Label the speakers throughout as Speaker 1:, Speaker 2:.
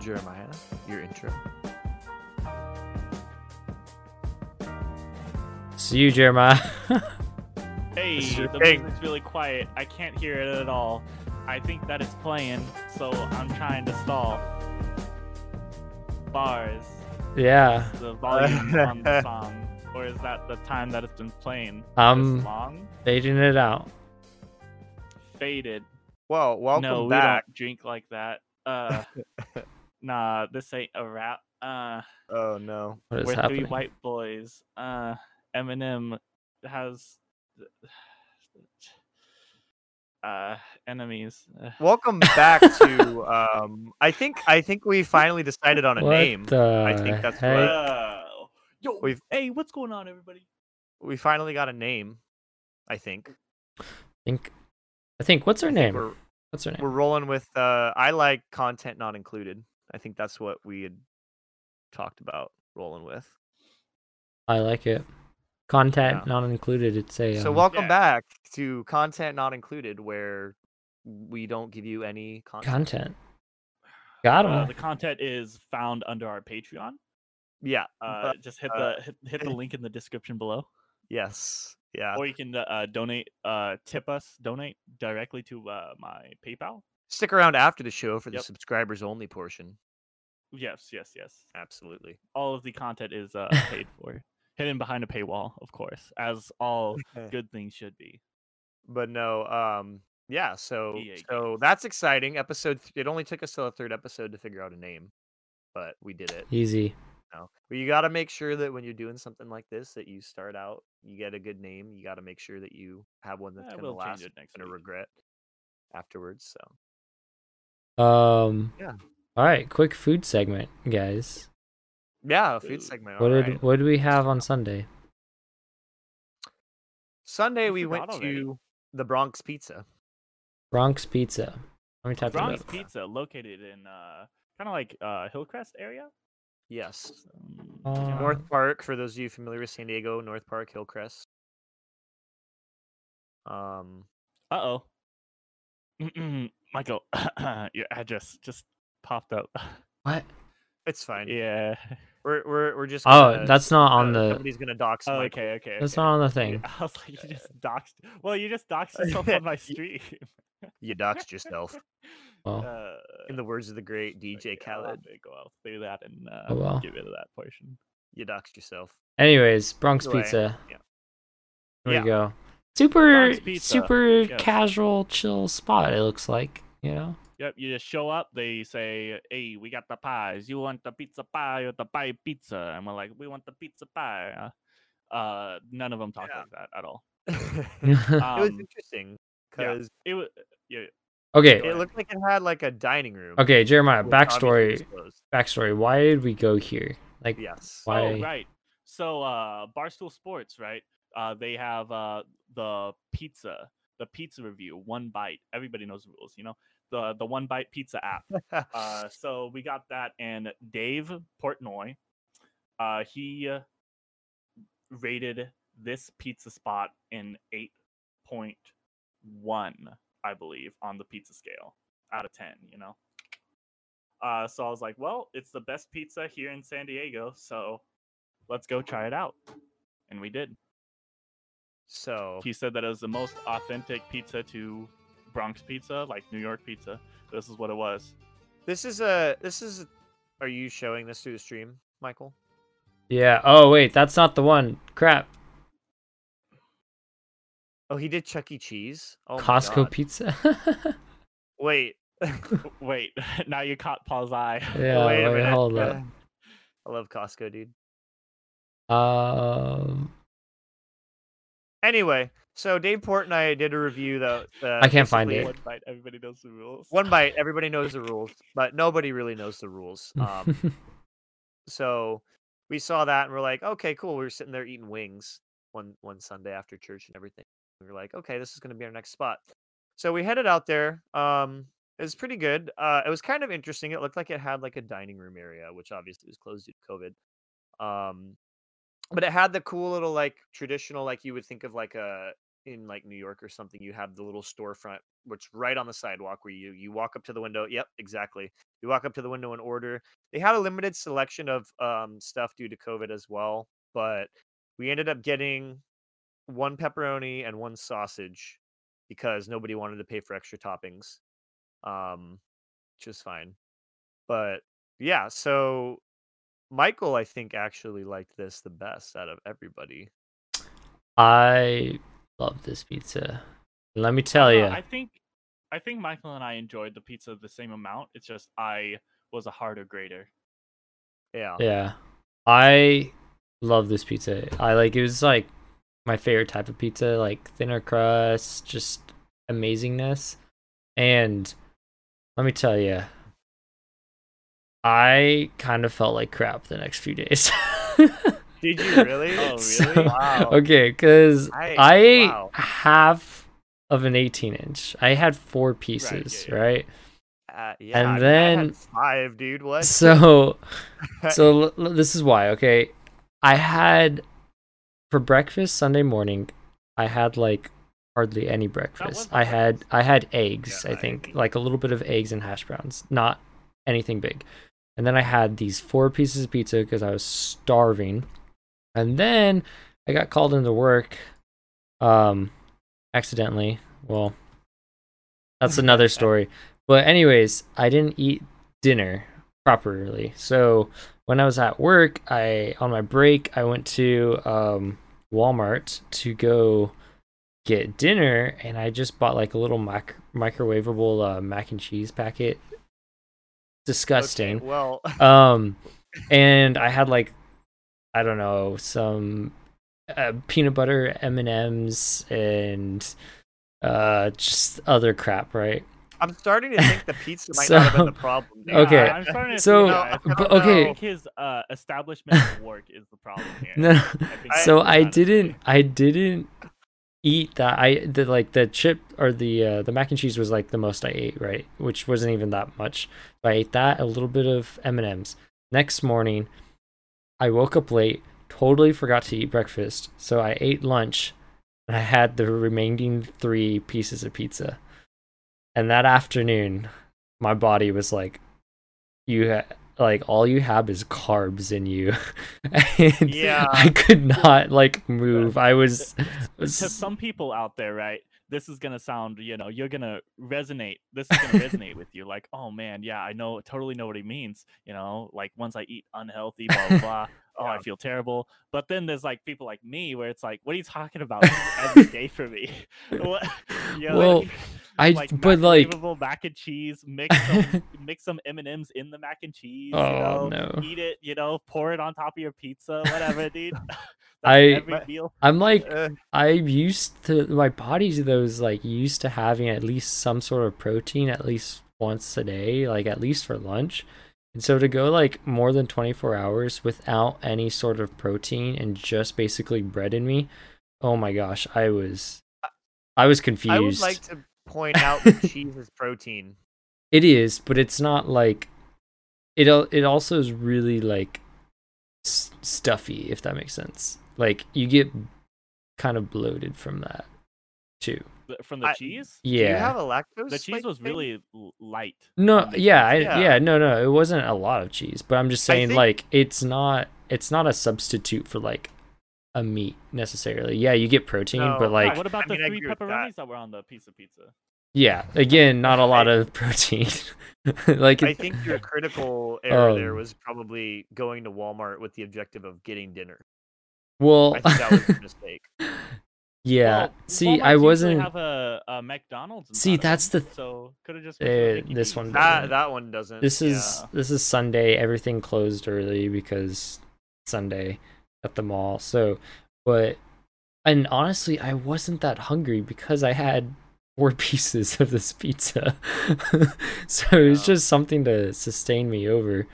Speaker 1: Jeremiah, your intro.
Speaker 2: It's you, Jeremiah.
Speaker 3: Hey,
Speaker 1: This is your
Speaker 3: the
Speaker 1: thing.
Speaker 3: music's really quiet. I can't hear it at all. I think that it's playing, so I'm trying to stall. Bars,
Speaker 2: yeah.
Speaker 3: the volume on the song, or is that the time that it's been playing? this
Speaker 2: I'm
Speaker 3: long,
Speaker 2: fading it out.
Speaker 3: faded.
Speaker 1: Well, welcome
Speaker 3: no,
Speaker 1: back.
Speaker 3: we don't drink like that. Uh, nah, this ain't a rap. Uh,
Speaker 1: Oh no.
Speaker 2: What is
Speaker 3: we're three
Speaker 2: happening?
Speaker 3: white boys. Uh, Eminem has uh enemies. Uh,
Speaker 1: Welcome back to um I think I think we finally decided on a
Speaker 2: What
Speaker 1: name.
Speaker 2: the
Speaker 1: I think that's
Speaker 2: heck?
Speaker 1: what-
Speaker 3: Wow. Yo,
Speaker 1: We've-
Speaker 3: hey, what's going on, everybody?
Speaker 1: We finally got a name, I think.
Speaker 2: think. I think. What's her
Speaker 1: I think
Speaker 2: name?
Speaker 1: We're
Speaker 2: What's her name?
Speaker 1: we're rolling with uh I like content not included. I think that's what we had talked about rolling with.
Speaker 2: I like it. Content
Speaker 1: Yeah.
Speaker 2: not included. It's a.
Speaker 1: So
Speaker 2: um,
Speaker 1: welcome
Speaker 3: Yeah.
Speaker 1: back to content not included where we don't give you any content.
Speaker 2: content. Got him.
Speaker 3: Uh, the content is found under our Patreon.
Speaker 1: yeah.
Speaker 3: Uh, just hit
Speaker 1: uh,
Speaker 3: the hit, hit the link in the description below,
Speaker 1: Yes. Yeah.
Speaker 3: or you can uh, donate, uh, tip us, donate directly to uh, my PayPal.
Speaker 1: Stick around after the show for the
Speaker 3: Yep.
Speaker 1: subscribers only portion.
Speaker 3: Yes, yes, yes.
Speaker 1: Absolutely.
Speaker 3: All of the content is uh, paid for, hidden behind a paywall, of course, as all good things should be.
Speaker 1: But no, um yeah, so
Speaker 3: EA
Speaker 1: so that's exciting. Episode th- it only took us till the third episode to figure out a name, but we did it.
Speaker 2: Easy.
Speaker 1: know. But you got to make sure that when you're doing something like this, that you start out, you get a good name. You got to make sure that you have one that's
Speaker 3: Eh,
Speaker 1: going to
Speaker 3: we'll change
Speaker 1: last,
Speaker 3: it next
Speaker 1: going to
Speaker 3: week.
Speaker 1: regret afterwards. So
Speaker 2: Um.
Speaker 1: Yeah.
Speaker 2: All right. Quick food segment, guys.
Speaker 1: yeah, a food
Speaker 3: Ooh.
Speaker 1: segment.
Speaker 2: what
Speaker 1: all
Speaker 2: did
Speaker 1: right.
Speaker 2: What did we have on Sunday?
Speaker 1: Sunday
Speaker 3: I
Speaker 1: we went
Speaker 3: forgot already.
Speaker 1: to the Bronx Pizza.
Speaker 2: Bronx pizza. Let me type
Speaker 3: Bronx
Speaker 2: it up.
Speaker 3: Pizza, located in uh, kind of like uh, Hillcrest area.
Speaker 1: Yes,
Speaker 3: Um,
Speaker 2: Uh,
Speaker 3: yeah.
Speaker 1: North Park. For those of you familiar with San Diego, North Park, Hillcrest. Um,
Speaker 3: Uh oh. Michael, your address just popped up.
Speaker 2: What?
Speaker 1: it's fine.
Speaker 3: yeah.
Speaker 1: We're we're we're just.
Speaker 2: Oh,
Speaker 1: gonna-
Speaker 2: that's not on
Speaker 1: uh,
Speaker 2: the.
Speaker 1: somebody's gonna dox.
Speaker 3: Oh,
Speaker 1: my-
Speaker 3: okay, okay.
Speaker 2: That's
Speaker 3: okay.
Speaker 2: not on the
Speaker 3: Yeah,
Speaker 2: thing.
Speaker 3: I was like, you just doxed. Well, you just doxed yourself on my stream.
Speaker 1: You doxed yourself.
Speaker 2: Well.
Speaker 3: Uh, oh
Speaker 1: In the words of the great DJ
Speaker 3: okay, I'll
Speaker 1: Khaled,
Speaker 3: have to Go out through that and uh,
Speaker 2: Oh, well.
Speaker 3: get rid of that portion.
Speaker 1: you doxed yourself.
Speaker 2: Anyways, Bronx
Speaker 1: Anyway,
Speaker 2: pizza.
Speaker 1: yeah.
Speaker 2: There
Speaker 1: Yeah.
Speaker 2: we go. Super,
Speaker 3: Bronx pizza,
Speaker 2: super
Speaker 3: yes.
Speaker 2: casual, chill spot. It looks like you know.
Speaker 3: Yep, you just show up. They say, "Hey, we got the pies. You want the pizza pie or the pie pizza?" And we're like, "We want the pizza pie." Uh, uh, none of them talk
Speaker 1: Yeah.
Speaker 3: like that at all.
Speaker 1: it was
Speaker 3: Um,
Speaker 1: interesting
Speaker 3: yeah.
Speaker 1: because
Speaker 3: It was yeah,
Speaker 2: okay,
Speaker 1: it looked like it had like a dining room.
Speaker 2: okay, Jeremiah.
Speaker 1: which obviously
Speaker 2: Backstory,
Speaker 1: was closed.
Speaker 2: backstory. Why did we go here?
Speaker 1: Oh,
Speaker 2: Like,
Speaker 1: Yes.
Speaker 2: Why-
Speaker 3: Oh, right. So uh, Barstool Sports, right? Uh, they have uh, the pizza, the pizza review, one bite. Everybody knows the rules, you know. The the one bite pizza app. Uh, so we got that, and Dave Portnoy, uh, he uh, rated this pizza spot in eight point one, I believe, on the pizza scale out of ten. You know. Uh, so I was like, well, it's the best pizza here in San Diego, so let's go try it out. And we did.
Speaker 1: so
Speaker 3: He said that it was the most authentic pizza to Bronx pizza, like New York pizza. This is what it was.
Speaker 1: this is a this is. a- Are you showing this through the stream, Michael?
Speaker 2: yeah. Oh wait, that's not the one. Crap.
Speaker 1: Oh, he did Chuck E. Cheese. Oh my
Speaker 2: Costco
Speaker 1: God.
Speaker 2: pizza.
Speaker 1: Wait.
Speaker 3: W- Wait, now you caught Paul's eye.
Speaker 2: yeah.
Speaker 1: wait
Speaker 2: Wait,
Speaker 1: a minute.
Speaker 2: hold up.
Speaker 1: I love Costco, dude.
Speaker 2: Um,
Speaker 1: Anyway, so Dave Portnoy did a review though. Uh,
Speaker 2: I can't find
Speaker 1: basically-
Speaker 2: it.
Speaker 3: One bite, everybody knows the rules.
Speaker 1: One bite. Everybody knows the rules, but nobody really knows the rules. Um, so we saw that and we're like, okay, cool. We were sitting there eating wings one one Sunday after church and everything. We were like, okay, this is going to be our next spot. So we headed out there. Um, it was pretty good. Uh, it was kind of interesting. It looked like it had like a dining room area, which obviously was closed due to COVID. Um, but it had the cool little like traditional, like you would think of like a in like New York or something, you have the little storefront which right on the sidewalk where you you walk up to the window. Yep, exactly. You walk up to the window and order. They had a limited selection of um stuff due to COVID as well, but we ended up getting one pepperoni and one sausage because nobody wanted to pay for extra toppings. Um which is fine. But yeah, so Michael I think actually liked this the best out of everybody.
Speaker 2: I love this pizza. Let me tell
Speaker 3: Yeah,
Speaker 2: you.
Speaker 3: Uh, I think I think Michael and I enjoyed the pizza the same amount. It's just I was a harder grader.
Speaker 1: Yeah.
Speaker 2: Yeah. I love this pizza. I like it was like my favorite type of pizza, like thinner crust, just amazingness. And let me tell you, I kind of felt like crap the next few days.
Speaker 1: Did you really?
Speaker 3: Oh,
Speaker 2: So-
Speaker 3: really?
Speaker 1: Wow.
Speaker 2: okay, because
Speaker 1: I,
Speaker 2: I
Speaker 1: wow.
Speaker 2: half of an 18 inch. I had four pieces,
Speaker 3: yeah.
Speaker 2: right?
Speaker 1: Uh, yeah, I
Speaker 2: and
Speaker 1: mean, I
Speaker 2: then-
Speaker 1: had five, dude. What?
Speaker 2: So, so l- l- this is why. Okay, I had for breakfast Sunday morning. I had like hardly any breakfast.
Speaker 3: wasn't
Speaker 2: I had I had eggs.
Speaker 1: Yeah,
Speaker 2: I
Speaker 1: I
Speaker 2: think
Speaker 1: ate-
Speaker 2: like a little bit of eggs and hash browns, not anything big. And then I had these four pieces of pizza because I was starving. And then I got called into work, um, accidentally. Well, that's another story. But anyways, I didn't eat dinner properly. So when I was at work, I on my break I went to um, Walmart to go get dinner, and I just bought like a little mic- microwavable uh, mac and cheese packet.
Speaker 1: Okay,
Speaker 2: Disgusting.
Speaker 1: well,
Speaker 2: Um, and I had like I don't know some uh, peanut butter M and M's and uh just other crap, right?
Speaker 1: I'm starting to think the pizza might not have
Speaker 2: So-
Speaker 1: been the problem. dude.
Speaker 3: Yeah,
Speaker 2: Okay,
Speaker 3: I'm starting to
Speaker 2: so-
Speaker 3: think, uh,
Speaker 1: I
Speaker 2: but-
Speaker 1: don't
Speaker 2: okay.
Speaker 3: I
Speaker 1: know.
Speaker 3: think his uh, establishment of work is the problem here.
Speaker 2: No.
Speaker 3: think
Speaker 2: so
Speaker 3: that's
Speaker 2: I
Speaker 3: honestly-
Speaker 2: didn't I didn't eat that I the like the chip or the uh, the mac and cheese was like the most I ate right which wasn't even that much so I ate that a little bit of M&Ms next morning I woke up late totally forgot to eat breakfast so I ate lunch and I had the remaining 3 pieces of pizza and that afternoon my body was like you ha- like all you have is carbs in you and
Speaker 1: Yeah.
Speaker 2: I could not like move I was, was
Speaker 3: to some people out there, right? This is gonna sound, you know, you're gonna resonate. This is gonna resonate with you. Like, oh man, yeah, I know, totally know what he means. You know, like once I eat unhealthy, blah blah. blah Oh, I
Speaker 1: Yeah.
Speaker 3: feel terrible. But then there's like people like me where it's like, what are you talking about This is every day for me? what? You know,
Speaker 2: Well,
Speaker 3: like-
Speaker 2: I- but, like-
Speaker 3: microwavable mac and cheese, mix some, mix some M and M's in the mac and cheese. you
Speaker 2: Oh
Speaker 3: know,
Speaker 2: no.
Speaker 3: eat it. You know, pour it on top of your pizza, whatever, dude. That's
Speaker 2: I-
Speaker 3: every
Speaker 1: But-
Speaker 3: meal.
Speaker 2: I'm like
Speaker 1: Uh,
Speaker 2: I'm used to my body's those like used to having at least some sort of protein at least once a day, like at least for lunch. And so to go like more than 24 hours without any sort of protein and just basically bread in me, oh my gosh, I was I was confused.
Speaker 1: I would like to point out that cheese is protein.
Speaker 2: It is, but it's not like it. al- It also is really like s- stuffy, if that makes sense. Like you get kind of bloated from that too.
Speaker 3: Th- from the
Speaker 1: I-
Speaker 3: cheese.
Speaker 2: Yeah.
Speaker 1: Do you have a lactose?
Speaker 3: The cheese
Speaker 1: like,
Speaker 3: was
Speaker 1: thing?
Speaker 3: really l- light.
Speaker 2: no.
Speaker 3: on the
Speaker 2: Yeah. I,
Speaker 3: cheese.
Speaker 2: yeah.
Speaker 1: Yeah.
Speaker 2: No. No. It wasn't a lot of cheese, but I'm just
Speaker 1: I
Speaker 2: saying
Speaker 1: think-
Speaker 2: like it's not. It's not a substitute for like a meat necessarily. Yeah, you get protein,
Speaker 1: No,
Speaker 2: but
Speaker 1: yeah,
Speaker 3: Yeah,
Speaker 2: like
Speaker 3: what about
Speaker 1: I
Speaker 3: the
Speaker 1: mean, I
Speaker 3: three
Speaker 1: agree with that.
Speaker 3: pepperonis that were on the piece of pizza?
Speaker 2: yeah, again, not a lot
Speaker 1: I-
Speaker 2: of protein. like
Speaker 1: I
Speaker 2: it-
Speaker 1: think your critical error there
Speaker 2: Um,
Speaker 1: was probably going to Walmart with the objective of getting dinner.
Speaker 2: well,
Speaker 1: I think that was your mistake.
Speaker 2: yeah.
Speaker 3: Well, Walmarts
Speaker 2: See, I
Speaker 3: usually
Speaker 2: wasn't.
Speaker 3: have a, a McDonald's. in
Speaker 2: See,
Speaker 3: front of
Speaker 2: that's
Speaker 3: them,
Speaker 2: the-
Speaker 3: So could have just.
Speaker 2: Uh,
Speaker 3: went to a Mickey
Speaker 2: this
Speaker 3: D's.
Speaker 2: one
Speaker 1: That
Speaker 2: doesn't.
Speaker 1: that one doesn't.
Speaker 2: this is
Speaker 1: yeah.
Speaker 2: this is sunday everything closed early because sunday at the mall so but and honestly i wasn't that hungry because i had four pieces of this pizza so it was
Speaker 1: Yeah.
Speaker 2: just something to sustain me over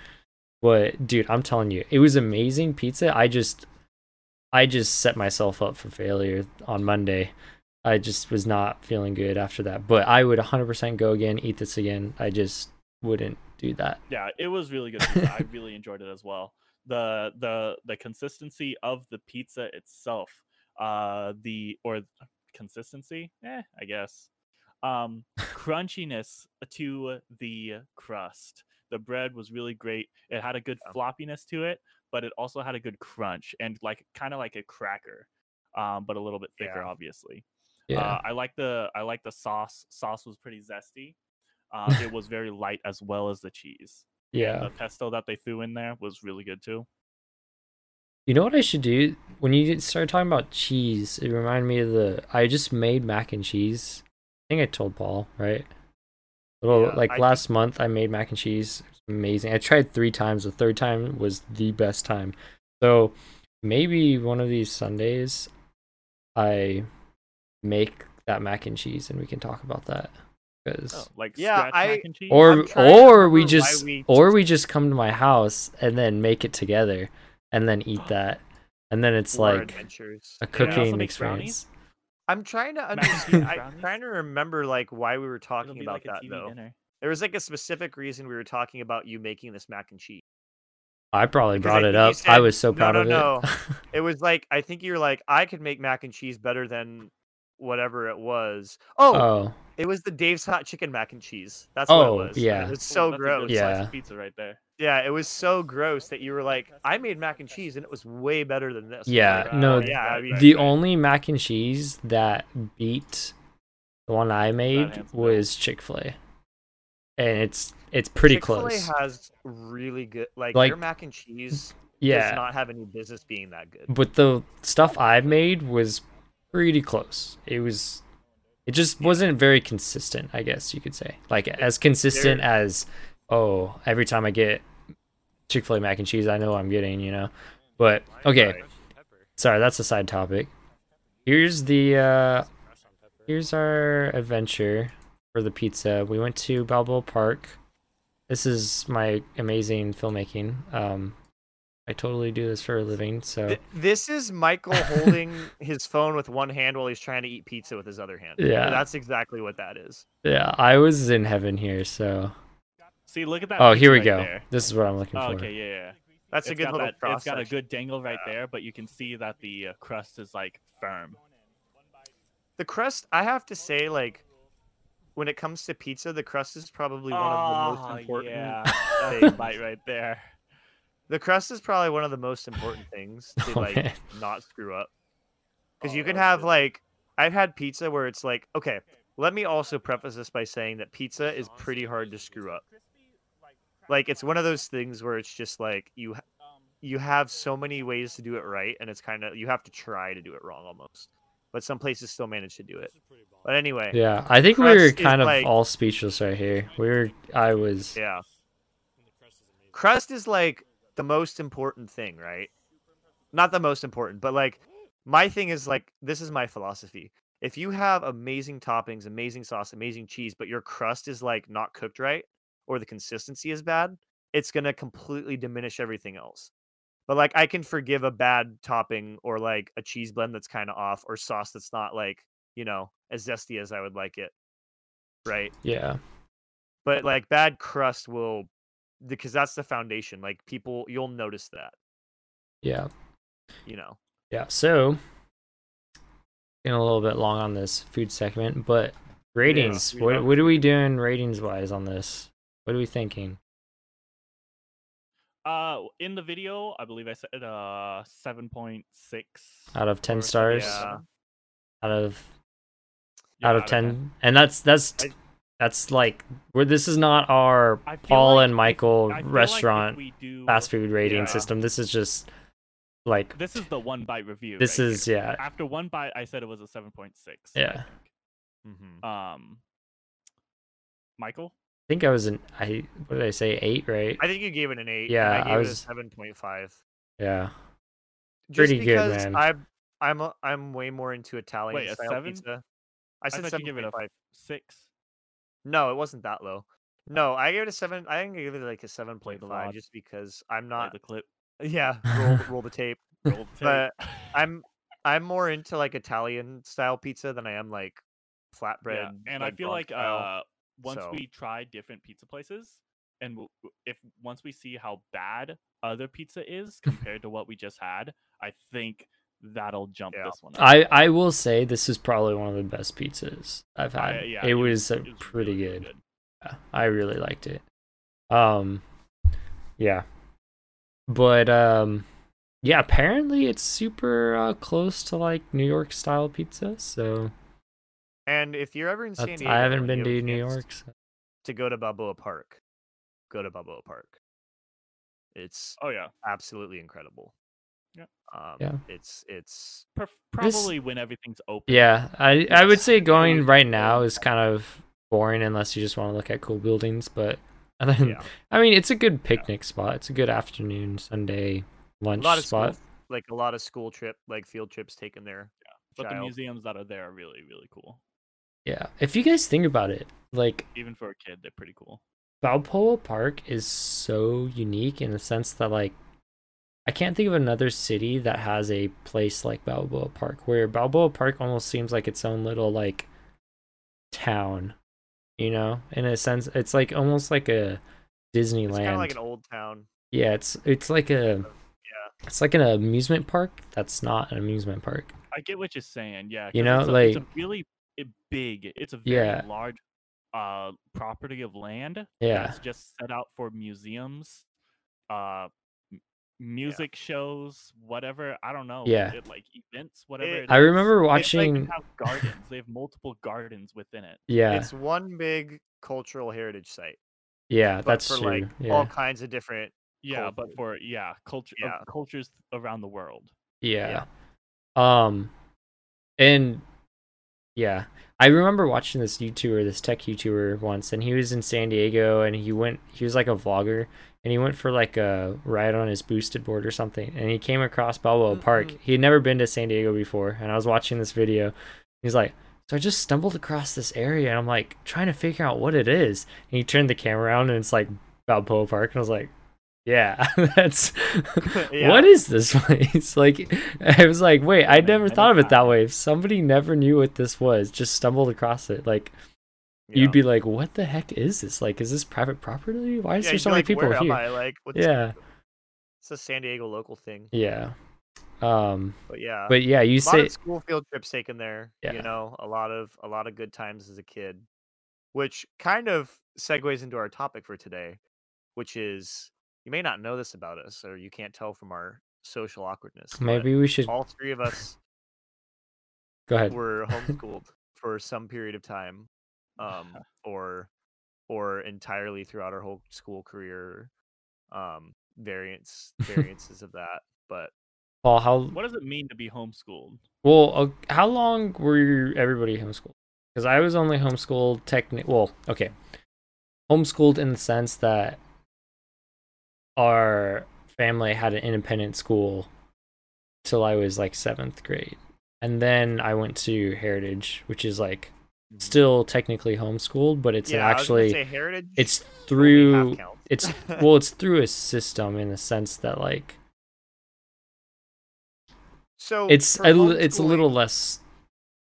Speaker 2: but dude i'm telling you it was amazing pizza i just i just set myself up for failure on monday i just was not feeling good after that but i would 100% go again eat this again i just wouldn't do that
Speaker 3: Yeah, it was really good. pizza. I really enjoyed it as well. The the the consistency of the pizza itself, uh, the or consistency, eh, I guess. Um, crunchiness to the crust. The bread was really great. It had a good
Speaker 1: Yeah.
Speaker 3: floppiness to it, but it also had a good crunch and like kind of like a cracker, um, but a little bit thicker,
Speaker 1: Yeah.
Speaker 3: obviously.
Speaker 2: Yeah.
Speaker 1: Ah,
Speaker 3: Uh, I like the I like the sauce. Sauce was pretty zesty. Uh, it was very light as well as the cheese.
Speaker 2: yeah.
Speaker 3: The pesto that they threw in there was really good too.
Speaker 2: You know what I should do? When you started talking about cheese, it reminded me of the I just made mac and cheese. I think I told Paul, right? Well,
Speaker 1: Yeah,
Speaker 2: like
Speaker 1: I
Speaker 2: last month I made mac and cheese. It was amazing. I tried three times. The third time was the best time. So maybe one of these Sundays I make that mac and cheese and we can talk about that. Because
Speaker 3: Oh, like
Speaker 1: Yeah,
Speaker 3: scratch
Speaker 1: I-
Speaker 3: mac and cheese.
Speaker 2: or
Speaker 1: I'm trying to
Speaker 2: or we
Speaker 1: remember why
Speaker 2: just
Speaker 1: we
Speaker 2: or we just come to my house and then make it together and then eat that and then it's
Speaker 1: War
Speaker 2: like
Speaker 1: adventures.
Speaker 2: a
Speaker 1: Yeah.
Speaker 3: also
Speaker 2: cooking
Speaker 3: make brownies?
Speaker 2: experience
Speaker 1: I'm trying to
Speaker 3: Mac and
Speaker 1: understand.
Speaker 3: cheese
Speaker 1: I'm
Speaker 3: brownies?
Speaker 1: trying to remember like why we were
Speaker 3: It'll
Speaker 1: talking
Speaker 3: be
Speaker 1: about
Speaker 3: like a
Speaker 1: that
Speaker 3: TV
Speaker 1: though.
Speaker 3: dinner.
Speaker 1: There was like a specific reason we were talking about you making this mac and cheese.
Speaker 2: i probably
Speaker 1: Because I
Speaker 2: brought
Speaker 1: think
Speaker 2: it
Speaker 1: you
Speaker 2: up i
Speaker 1: said-
Speaker 2: was so
Speaker 1: no,
Speaker 2: proud
Speaker 1: no,
Speaker 2: of it
Speaker 1: It was like I think you're like I could make mac and cheese better than whatever it was. Oh,
Speaker 2: oh
Speaker 1: it was the Dave's hot chicken mac and cheese. That's what it
Speaker 2: Oh,
Speaker 1: was. and
Speaker 2: yeah.
Speaker 1: it was
Speaker 3: Ooh,
Speaker 1: so
Speaker 3: that's a good
Speaker 1: gross.
Speaker 2: Yeah.
Speaker 3: slice of pizza right there.
Speaker 1: Yeah, it was so gross that you were like, I made mac and cheese and it was way better than this.
Speaker 2: Yeah,
Speaker 1: Like,
Speaker 2: no,
Speaker 1: uh, yeah, I mean,
Speaker 2: the
Speaker 3: right.
Speaker 2: only mac and cheese that beat the one i made
Speaker 3: hands down.
Speaker 2: was chick-fil-a and it's it's pretty
Speaker 1: Chick-fil-A
Speaker 2: close
Speaker 1: has really good like,
Speaker 2: Like-
Speaker 1: your mac and cheese does
Speaker 2: yeah
Speaker 1: not have any business being that good.
Speaker 2: but the stuff I made was pretty close. It was, it just wasn't very consistent. I guess you could say, like as consistent as, oh, every time I get Chick Fil A mac and cheese, I know what I'm getting, you know. But okay, sorry, that's a side topic. Here's the uh, here's our adventure for the pizza. We went to Balboa Park. This is my amazing filmmaking. Um, I totally do this for a living, so.
Speaker 1: Th- this is Michael holding his phone with one hand while he's trying to eat pizza with his other hand.
Speaker 2: Yeah.
Speaker 1: That's exactly what that is.
Speaker 2: Yeah, I was in heaven here, so.
Speaker 3: See, look at that.
Speaker 2: Oh,
Speaker 3: pizza
Speaker 2: here we
Speaker 3: right
Speaker 2: go.
Speaker 3: there.
Speaker 2: This is what I'm looking
Speaker 3: Oh,
Speaker 2: for.
Speaker 3: okay, yeah, yeah.
Speaker 1: That's a
Speaker 3: It's
Speaker 1: good
Speaker 3: got
Speaker 1: little
Speaker 3: that-
Speaker 1: cross
Speaker 3: It's got a
Speaker 1: section.
Speaker 3: good dangle right there, but you can see that the uh, crust is like firm.
Speaker 1: The crust, I have to say, like when it comes to pizza, the crust is probably one of the
Speaker 3: Ah,
Speaker 1: most important.
Speaker 3: Yeah, that's a
Speaker 1: things.
Speaker 3: bite right there.
Speaker 1: The crust is probably one of the most important things to
Speaker 2: Oh,
Speaker 1: like
Speaker 2: man.
Speaker 1: not screw up. Because
Speaker 3: Oh,
Speaker 1: you
Speaker 3: that
Speaker 1: can
Speaker 3: was
Speaker 1: have
Speaker 3: good.
Speaker 1: like I've had pizza where it's like, okay, let me also preface this by saying that pizza is pretty hard to screw up. Like it's one of those things where it's just like you ha- you have so many ways to do it right and it's kind of you have to try to do it wrong almost. But some places still manage to do it. But anyway, yeah.
Speaker 2: Yeah, I think we
Speaker 1: Crust
Speaker 2: were
Speaker 1: is
Speaker 2: kind of
Speaker 1: like-
Speaker 2: all speechless right here. We were, I was,
Speaker 1: Crust is like the most important thing, right? Not the most important, but like my thing is like this is my philosophy. If you have amazing toppings, amazing sauce, amazing cheese, but your crust is like not cooked right or the consistency is bad, it's going to completely diminish everything else. But like I can forgive a bad topping or like a cheese blend that's kind of off or sauce that's not like, you know, as zesty as I would like it. Right?
Speaker 2: yeah,
Speaker 1: but like bad crust will because that's the foundation like people you'll notice that
Speaker 2: yeah,
Speaker 1: you know
Speaker 2: yeah. So, been a little bit long on this food segment, but ratings.
Speaker 1: we
Speaker 2: What,
Speaker 1: have-
Speaker 2: what are we doing ratings wise on this? What are we thinking?
Speaker 3: Uh, in the video, I believe I said uh seven point six
Speaker 2: Out of 10 stars?
Speaker 1: Yeah.
Speaker 2: Out of out of 10
Speaker 3: 10.
Speaker 2: and that's that's
Speaker 1: I-
Speaker 2: that's like where this is not our
Speaker 3: I feel
Speaker 2: paul
Speaker 3: like
Speaker 2: and
Speaker 3: if-
Speaker 2: michael
Speaker 3: I feel like if
Speaker 2: restaurant
Speaker 3: we do-
Speaker 2: fast food rating
Speaker 1: Yeah.
Speaker 2: system this is just like
Speaker 3: This is the one bite review.
Speaker 2: this
Speaker 3: right
Speaker 2: is
Speaker 3: here.
Speaker 2: yeah
Speaker 3: after one bite. I said it was a seven point six.
Speaker 2: Yeah.
Speaker 1: mm-hmm.
Speaker 3: Um, Michael.
Speaker 2: i think i was an i what did i say eight right
Speaker 1: i think you gave it an eight and
Speaker 2: Yeah, I
Speaker 1: i gave
Speaker 2: was-
Speaker 1: it a 7.5
Speaker 2: yeah
Speaker 1: just
Speaker 2: Pretty good,
Speaker 1: because
Speaker 2: man.
Speaker 1: i'm i'm a, i'm way more into italian
Speaker 3: a
Speaker 1: style
Speaker 3: seven?
Speaker 1: pizza i said
Speaker 3: thought you gave it a
Speaker 1: 7.5
Speaker 3: Six.
Speaker 1: no it wasn't that low
Speaker 3: Oh.
Speaker 1: no i gave it a seven i think i gave it like a 7.5
Speaker 3: vlog.
Speaker 1: just because i'm
Speaker 3: Play
Speaker 1: not
Speaker 3: the clip.
Speaker 1: yeah roll, roll the tape
Speaker 3: Roll the
Speaker 1: But
Speaker 3: tape.
Speaker 1: i'm i'm more into like italian style pizza than i am like flatbread
Speaker 3: Yeah, and I
Speaker 1: like,
Speaker 3: feel
Speaker 1: Bronx
Speaker 3: like
Speaker 1: style.
Speaker 3: uh, once
Speaker 1: so-
Speaker 3: we try different pizza places, and w- w- if once we see how bad other pizza is compared to what we just had, I think that'll jump
Speaker 1: Yeah.
Speaker 3: this one. up.
Speaker 2: I I will say this is probably one of the best pizzas I've had.
Speaker 3: I- yeah,
Speaker 2: it, was, uh
Speaker 3: it was
Speaker 2: pretty
Speaker 3: really,
Speaker 2: good.
Speaker 3: really
Speaker 2: Yeah, I really liked it. Um, yeah, but um, yeah. Apparently, it's super uh, close to like New York style pizza. So
Speaker 1: And if you're ever in San
Speaker 2: that's,
Speaker 1: Diego,
Speaker 2: I haven't
Speaker 1: and
Speaker 2: been
Speaker 1: you have
Speaker 2: to
Speaker 1: a
Speaker 2: New
Speaker 1: chance
Speaker 2: York. so-
Speaker 1: to go to Balboa Park. Go to Balboa Park. It's
Speaker 3: Oh yeah,
Speaker 1: absolutely incredible.
Speaker 3: Yeah.
Speaker 1: Um,
Speaker 2: Yeah.
Speaker 1: It's it's
Speaker 3: Pro- probably when everything's open.
Speaker 2: Yeah, I I would say going
Speaker 3: Always
Speaker 2: right
Speaker 3: go
Speaker 2: now
Speaker 3: to
Speaker 2: is kind of boring unless you just want to look at cool buildings. But and then,
Speaker 1: yeah.
Speaker 2: I mean, it's a good picnic spot. It's a good afternoon, Sunday
Speaker 1: a
Speaker 2: lunch
Speaker 1: lot of
Speaker 2: spot.
Speaker 1: school, like a lot of school trip, like field trips taken there.
Speaker 3: but the
Speaker 1: child.
Speaker 3: museums that are there are really really cool.
Speaker 2: Yeah, if you guys think about it, like
Speaker 3: Even for a kid, they're pretty cool.
Speaker 2: Balboa Park is so unique in the sense that like I can't think of another city that has a place like Balboa Park where Balboa Park almost seems like its own little like town. You know, in a sense it's like almost like a Disneyland.
Speaker 1: It's kind of like an old town.
Speaker 2: yeah, it's it's like a It's like an amusement park that's not an amusement park.
Speaker 3: I get what you're saying. Yeah,
Speaker 2: You
Speaker 3: 'cause
Speaker 2: know,
Speaker 3: it's a, it's a
Speaker 2: like-
Speaker 3: really i- big. It's a very
Speaker 2: Yeah.
Speaker 3: large uh property of land.
Speaker 2: Yeah.
Speaker 3: that's just set out for museums, uh, m- music shows, whatever. I don't know.
Speaker 2: Yeah.
Speaker 3: it- like events, whatever.
Speaker 1: It-
Speaker 3: it
Speaker 2: I
Speaker 3: is.
Speaker 2: remember
Speaker 3: It's like
Speaker 2: watching
Speaker 3: they have gardens. They have multiple gardens within it.
Speaker 2: Yeah.
Speaker 1: It's one big cultural heritage site.
Speaker 2: yeah,
Speaker 1: but
Speaker 2: that's
Speaker 1: for
Speaker 2: true.
Speaker 1: like
Speaker 2: yeah.
Speaker 1: all kinds of different.
Speaker 3: Yeah, but
Speaker 1: Culture.
Speaker 3: for yeah, culture of
Speaker 1: Yeah.
Speaker 3: cultures around the world.
Speaker 2: Yeah. Um and yeah, I remember watching this YouTuber, this tech YouTuber once and he was in San Diego and he went he was like a vlogger and he went for like a ride on his boosted board or something and he came across Balboa Park.
Speaker 1: Mhm.
Speaker 2: He had never been to San Diego before and I was watching this video. He's like, "So I just stumbled across this area and I'm like trying to figure out what it is." And he turned the camera around and it's like Balboa Park and I was like, "Yeah, that's
Speaker 1: Yeah.
Speaker 2: what is this place? Like, I was like, wait, I
Speaker 3: Like,
Speaker 2: never
Speaker 3: many
Speaker 2: thought of it that
Speaker 3: times.
Speaker 2: way. If somebody never knew what this was, just stumbled across it, like,
Speaker 1: You know.
Speaker 2: you'd be like, what the heck is this? Like, is this private property? Why is
Speaker 1: Yeah,
Speaker 2: there
Speaker 1: you'd
Speaker 2: so
Speaker 1: be
Speaker 2: many
Speaker 1: like,
Speaker 2: people
Speaker 1: Where Am
Speaker 2: here?
Speaker 1: I? Like, what's
Speaker 2: Yeah,
Speaker 1: It's a San Diego local thing,
Speaker 2: yeah. Um,
Speaker 1: but yeah.
Speaker 2: but yeah, you
Speaker 1: a lot
Speaker 2: say,
Speaker 1: of school field trips taken there.
Speaker 2: Yeah.
Speaker 1: You know, a lot of a lot of good times as a kid, which kind of segues into our topic for today, which is you may not know this about us, or you can't tell from our social awkwardness. but
Speaker 2: maybe we should
Speaker 1: all three of us
Speaker 2: go ahead.
Speaker 1: were homeschooled for some period of time, um, or or entirely throughout our whole school career. Um, variants variances of that, but
Speaker 2: Paul, how
Speaker 3: What does it mean to be homeschooled?
Speaker 2: well, uh, how long were you- everybody homeschooled? Because I was only homeschooled technically. Well, okay, homeschooled in the sense that our family had an independent school till I was like seventh grade, and then I went to Heritage, which is like still technically homeschooled, but it's
Speaker 1: Mm-hmm. yeah, I was gonna
Speaker 2: actually
Speaker 1: say heritage.
Speaker 2: it's
Speaker 1: only half
Speaker 2: through
Speaker 1: counts.
Speaker 2: it's well it's through a system in the sense that like
Speaker 1: So
Speaker 2: it's
Speaker 1: Oh, for
Speaker 2: a, li- it's a
Speaker 1: homeschooling-
Speaker 2: little less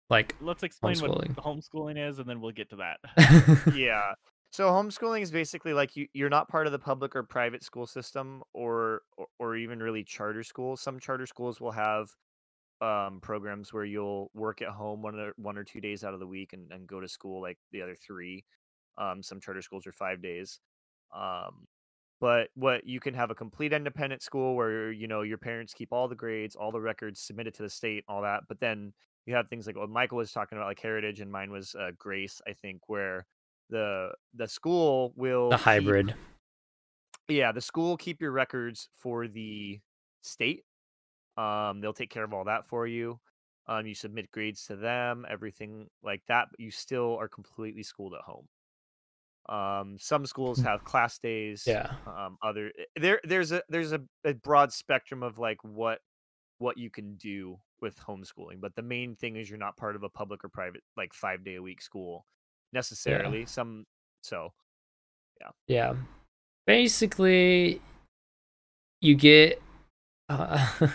Speaker 2: like
Speaker 3: Let's explain what
Speaker 2: Homeschooling.
Speaker 3: homeschooling is, and then we'll get to that.
Speaker 1: yeah. So homeschooling is basically like you you're not part of the public or private school system or or, or even really charter schools. Some charter schools will have um, programs where you'll work at home one or one or two days out of the week and, and go to school like the other three. Um, some charter schools are five days. Um, but what you can have a complete independent school where you know your parents keep all the grades, all the records submitted to the state, all that. But then you have things like what Michael was talking about, like Heritage, and mine was uh, Grace, I think, where the the school will
Speaker 2: the
Speaker 1: keep-
Speaker 2: hybrid
Speaker 1: yeah, the school will keep your records for the state. Um, they'll take care of all that for you. Um, you submit grades to them, everything like that, but you still are completely schooled at home. Um, some schools
Speaker 2: Hmm.
Speaker 1: have class days
Speaker 2: yeah
Speaker 1: um other i- there there's a there's a, a broad spectrum of like what what you can do with homeschooling but the main thing is you're not part of a public or private like five day a week school necessarily some so
Speaker 2: yeah basically you get uh,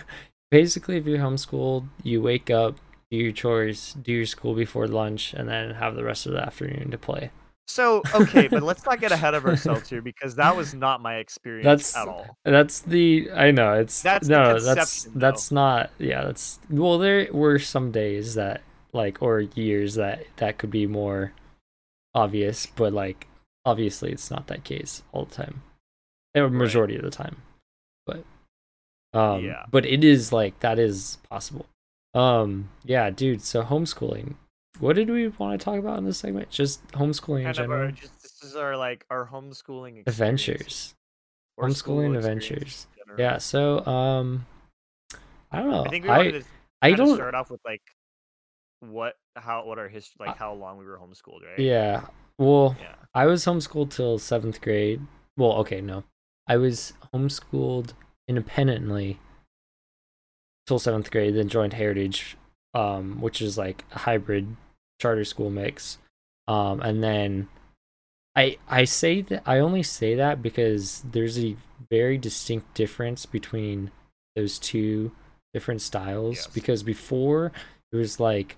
Speaker 2: basically if you're homeschooled you wake up do your chores do your school before lunch and then have the rest of the afternoon to play
Speaker 1: So okay, but let's not get ahead of ourselves here because that was not my experience
Speaker 2: That's-
Speaker 1: at all.
Speaker 2: That's the I know it's
Speaker 1: That's the
Speaker 2: no that's
Speaker 1: conception, though.
Speaker 2: that's not yeah that's well there were some days that like or years that that could be more obvious but like obviously it's not that case all the time or majority of the time but um
Speaker 1: Yeah.
Speaker 2: but it is like that is possible um yeah dude so homeschooling what did we want to talk about in this segment just homeschooling in
Speaker 1: Kind of our,
Speaker 2: general
Speaker 1: just, this is our like our homeschooling experience,
Speaker 2: adventures
Speaker 1: or school experience
Speaker 2: homeschooling
Speaker 1: in
Speaker 2: adventures.
Speaker 1: general.
Speaker 2: Yeah, so um I don't know.
Speaker 1: I think we
Speaker 2: I
Speaker 1: wanted to
Speaker 2: I,
Speaker 1: kinda
Speaker 2: don't
Speaker 1: start off with like what how what our history
Speaker 2: Uh,
Speaker 1: like how long we were homeschooled, right?
Speaker 2: yeah. Well,
Speaker 1: Yeah.
Speaker 2: I was homeschooled till 7th grade. Well, okay, no. I was homeschooled independently till 7th grade then joined Heritage um which is like a hybrid charter school mix. Um and then I I say that I only say that because there's a very distinct difference between those two different styles
Speaker 1: Yes.
Speaker 2: because before it was like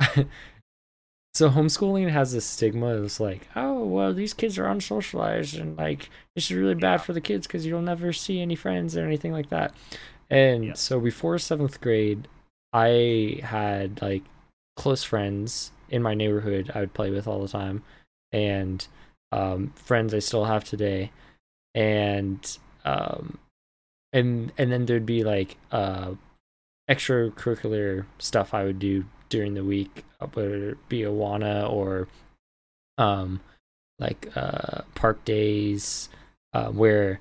Speaker 2: so homeschooling has this stigma it's like oh well these kids are unsocialized and like this is really bad
Speaker 1: Yeah.
Speaker 2: for the kids because you'll never see any friends or anything like that and
Speaker 1: Yes.
Speaker 2: so before seventh grade i had like close friends in my neighborhood i would play with all the time and um, friends i still have today and um, and and then there'd be like uh, extracurricular stuff i would do during the week uh, whether it be awana or um like uh park days uh, where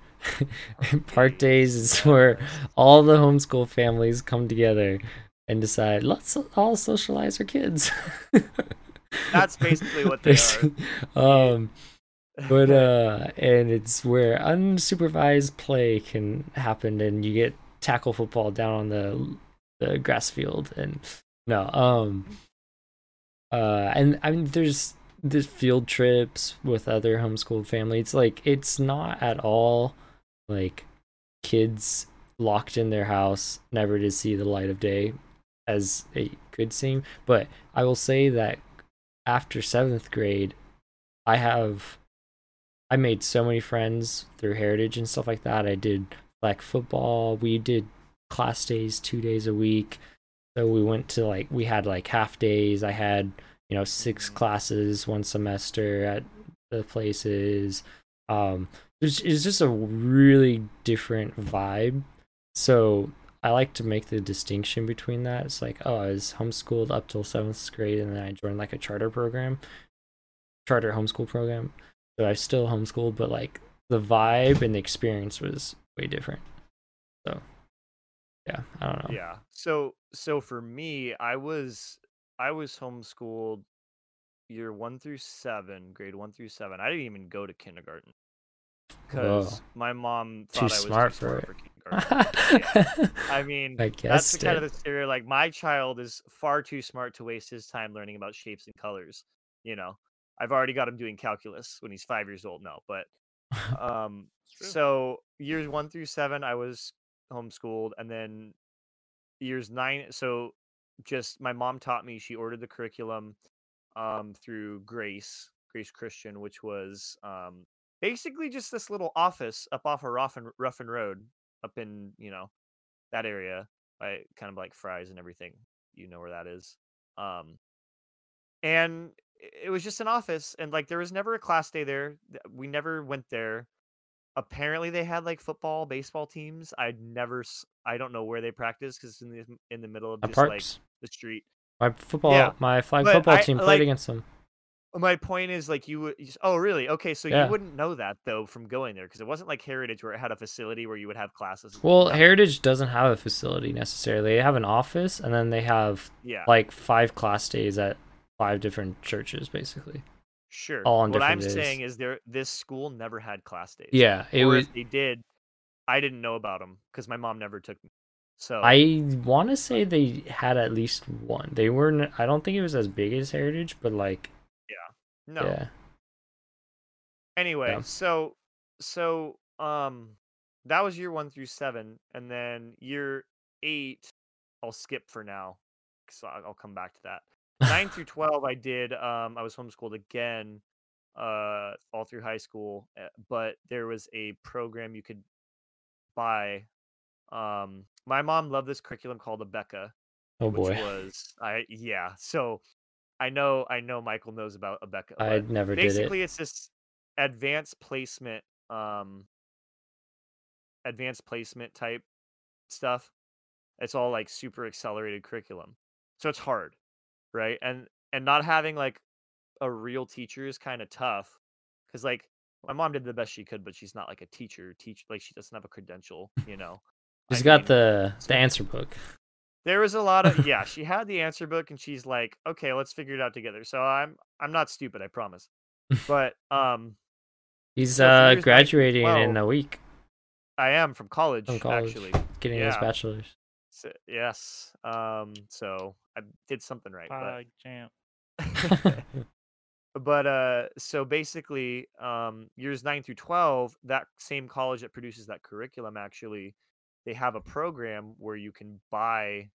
Speaker 2: park days is where all the homeschool families come together and decide let's all socialize our kids
Speaker 1: That's basically what they
Speaker 2: are um but uh and it's where unsupervised play can happen and you get tackle football down on the the grass field and no um uh and i mean there's there's field trips with other homeschooled families it's like it's not at all like kids locked in their house never to see the light of day as it could seem but i will say that after seventh grade i have i made so many friends through heritage and stuff like that i did like football we did class days two days a week so we went to like we had like half days i had you know 6
Speaker 1: Mhm.
Speaker 2: classes one semester at the places um it's, it's just a really different vibe so i like to make the distinction between that it's like oh i was homeschooled up till seventh grade and then i joined like a charter program charter homeschool program so i was still homeschooled but like the vibe and the experience was way different so yeah i don't know
Speaker 1: Yeah. So so for me, I was I was homeschooled year one through seven, grade one through seven. I didn't even go to kindergarten because my mom
Speaker 2: Too
Speaker 1: thought I was
Speaker 2: smart
Speaker 1: too
Speaker 2: for
Speaker 1: smart
Speaker 2: it.
Speaker 1: for kindergarten. I mean,
Speaker 2: I
Speaker 1: that's the
Speaker 2: guessed
Speaker 1: kind of
Speaker 2: it.
Speaker 1: the stereo. Like my child is far too smart to waste his time learning about shapes and colors. You know, I've already got him doing calculus when he's five years old now. But um,
Speaker 3: It's true.
Speaker 1: so years one through seven, I was homeschooled, and then years nine. So just my mom taught me. She ordered the curriculum um, through Grace Grace Christian, which was um, basically just this little office up off of Ruffin Ruffin Road, up in you know that area by kind of like fries and everything. You know where that is. Um, and it was just an office, and like there was never a class day there. th- We never went there. Apparently, they had like football, baseball teams. I'd never, s- I don't know where they practice because in the in the middle of
Speaker 2: At
Speaker 1: just
Speaker 2: parks
Speaker 1: like the street.
Speaker 2: my football
Speaker 1: Yeah,
Speaker 2: my flag
Speaker 1: but
Speaker 2: football
Speaker 1: I-
Speaker 2: team played
Speaker 1: like-
Speaker 2: against them
Speaker 1: My point is, like, you would. you s- Oh, really? Okay, so
Speaker 2: Yeah.
Speaker 1: you wouldn't know that though from going there because it wasn't like Heritage where it had a facility where you would have classes. and
Speaker 2: Well,
Speaker 1: stuff.
Speaker 2: Heritage doesn't have a facility necessarily. They have an office, and then they have
Speaker 1: yeah,
Speaker 2: like five class days at five different churches, basically.
Speaker 1: sure.
Speaker 2: all on
Speaker 1: what I'm
Speaker 2: different days.
Speaker 1: saying is, there this school never had class days.
Speaker 2: Yeah, it
Speaker 1: or
Speaker 2: was.
Speaker 1: if they did, I didn't know about them because my mom never took me. So
Speaker 2: I want to say they had at least one. They weren't. I don't think it was as big as Heritage, but like,
Speaker 1: no.
Speaker 2: yeah,
Speaker 1: Anyway, so so um, that was year one through seven, and then year eight, I'll skip for now. So I'll I'll come back to that. nine through twelve, I did. Um, I was homeschooled again, uh, all through high school, uh, but there was a program you could buy. Um, my mom loved this curriculum called Abeka,
Speaker 2: Oh
Speaker 1: which
Speaker 2: boy.
Speaker 1: was I yeah. So I know I know Michael knows about Abeka.
Speaker 2: I never did it.
Speaker 1: basically it's this advanced placement um advanced placement type stuff it's all like super accelerated curriculum so it's hard right and and not having like a real teacher is kind of tough because like my mom did the best she could but she's not like a teacher teach like she doesn't have a credential you know
Speaker 2: She's
Speaker 1: I
Speaker 2: got
Speaker 1: mean,
Speaker 2: the the answer book.
Speaker 1: there was a lot of yeah she had the answer book and she's like okay let's figure it out together so i'm i'm not stupid i promise but um
Speaker 2: He's
Speaker 1: so if he
Speaker 2: uh
Speaker 1: was, like,
Speaker 2: graduating in
Speaker 1: 12,
Speaker 2: a week,
Speaker 1: I am from college,
Speaker 2: From college.
Speaker 1: actually.
Speaker 2: getting his
Speaker 1: yeah.
Speaker 2: bachelor's.
Speaker 1: So, yes. Um. So I did something right,
Speaker 3: Pog champ.
Speaker 1: but but uh. So basically, um, years nine through twelve, that same college that produces that curriculum, actually, they have a program where you can buy.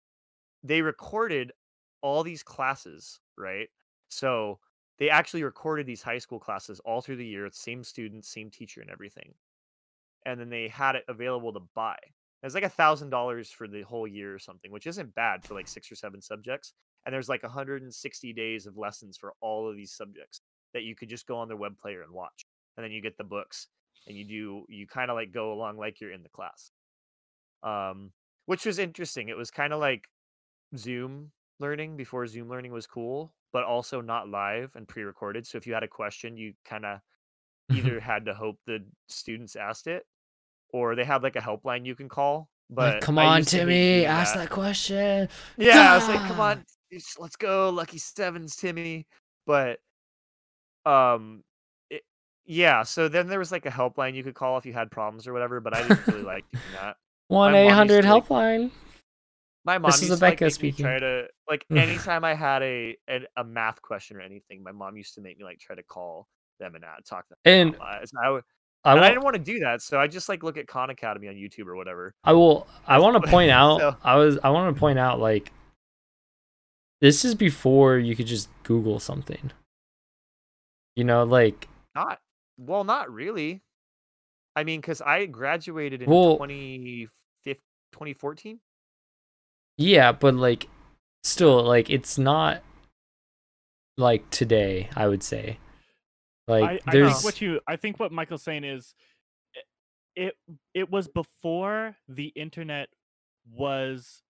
Speaker 1: They recorded all these classes, right? So they actually recorded these high school classes all through the year, same students, same teacher, and everything. And then they had it available to buy. It was like a thousand dollars for the whole year or something, which isn't bad for like six or seven subjects. And there's like 160 days of lessons for all of these subjects that you could just go on their web player and watch. And then you get the books and you do you kind of like go along like you're in the class. Um, which was interesting. It was kind of like Zoom learning before Zoom learning was cool, but also not live and pre-recorded. So if you had a question, you kind of either had to hope the students asked it or they had like a helpline you can call. But
Speaker 2: Like, come
Speaker 1: I
Speaker 2: on,
Speaker 1: used to hate
Speaker 2: Timmy,
Speaker 1: doing
Speaker 2: ask that question.
Speaker 1: yeah, I was like, come
Speaker 2: God.
Speaker 1: on, just let's go, lucky sevens, Timmy. But, um, it, yeah. So then there was like a helpline you could call if you had problems or whatever. But I didn't really like doing that.
Speaker 2: One
Speaker 1: mom
Speaker 2: eight
Speaker 1: used
Speaker 2: hundred
Speaker 1: to, like,
Speaker 2: helpline.
Speaker 1: My mom
Speaker 2: This is
Speaker 1: used to like
Speaker 2: Rebecca
Speaker 1: make
Speaker 2: speaking.
Speaker 1: me try to like anytime I had a, a a math question or anything, my mom used to make me like try to call them and uh, talk to them.
Speaker 2: And
Speaker 1: about it. So I, w-
Speaker 2: I
Speaker 1: and I
Speaker 2: want
Speaker 1: didn't want to do that, so I just like look at Khan Academy on YouTube or whatever.
Speaker 2: I will. I want to point out.
Speaker 1: So-
Speaker 2: I was. I want to point out like this is before you could just Google something. You know, like
Speaker 1: Not well, not really. I mean, because I graduated in
Speaker 2: Well-
Speaker 1: 2015 2014.
Speaker 2: yeah, but like still, like it's not like today. I would say like
Speaker 3: I, I
Speaker 2: there's
Speaker 3: think what you I think what Michael's saying is i- it it was before the internet was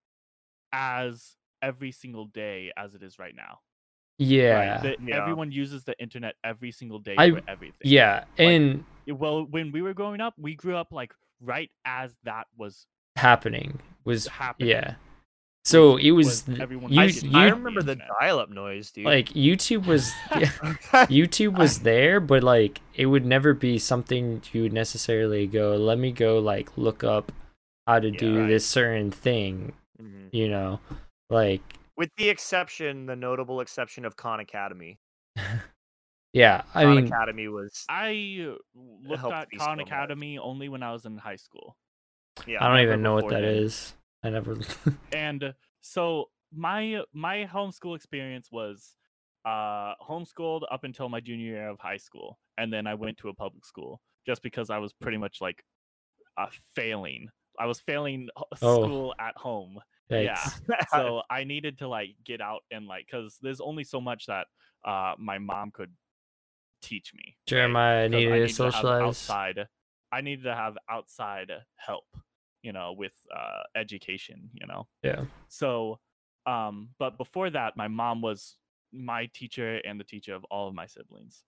Speaker 3: as every single day as it is right now.
Speaker 2: yeah.
Speaker 3: right? That
Speaker 1: Yeah.
Speaker 3: Everyone uses the internet every single day
Speaker 2: I-
Speaker 3: for everything.
Speaker 2: yeah, and
Speaker 3: Y- Well, when we were growing up, we grew up like right as that was
Speaker 2: happening was
Speaker 3: happening.
Speaker 2: yeah. So it was,
Speaker 3: was
Speaker 2: th-
Speaker 3: everyone
Speaker 2: you,
Speaker 3: hiding
Speaker 2: you
Speaker 1: I
Speaker 3: on the
Speaker 1: remember the
Speaker 3: internet.
Speaker 1: dial-up noise, dude.
Speaker 2: like YouTube was yeah. YouTube was there, but like it would never be something you would necessarily go, let me go like look up how to
Speaker 1: Yeah,
Speaker 2: do
Speaker 3: right.
Speaker 2: this certain thing,
Speaker 1: Mhm.
Speaker 2: you know. Like
Speaker 1: with the exception, the notable exception of Khan Academy.
Speaker 2: yeah, I
Speaker 1: Khan
Speaker 2: mean
Speaker 1: Academy was
Speaker 3: I uh, looked
Speaker 1: helped
Speaker 3: at
Speaker 1: me so
Speaker 3: Khan
Speaker 1: much.
Speaker 3: Academy only when I was in high school.
Speaker 1: yeah.
Speaker 2: I don't
Speaker 1: never
Speaker 2: even know what
Speaker 1: before
Speaker 2: that
Speaker 1: then.
Speaker 2: is. I never
Speaker 3: and so my uh, my homeschool experience was uh homeschooled up until my junior year of high school and then i went to a public school just because i was pretty much like uh, failing i was failing h-
Speaker 2: Oh.
Speaker 3: school at home Yeah.
Speaker 2: Yikes.
Speaker 3: so i needed to like get out and like because there's only so much that uh my mom could teach me right?
Speaker 2: Jeremiah
Speaker 3: because
Speaker 2: needed
Speaker 3: I
Speaker 2: to
Speaker 3: needed to have
Speaker 2: socialize.
Speaker 3: outside. I needed to have outside help, you know, with uh, education, you know.
Speaker 2: Yeah.
Speaker 3: So, um, but before that, my mom was my teacher and the teacher of all of my siblings,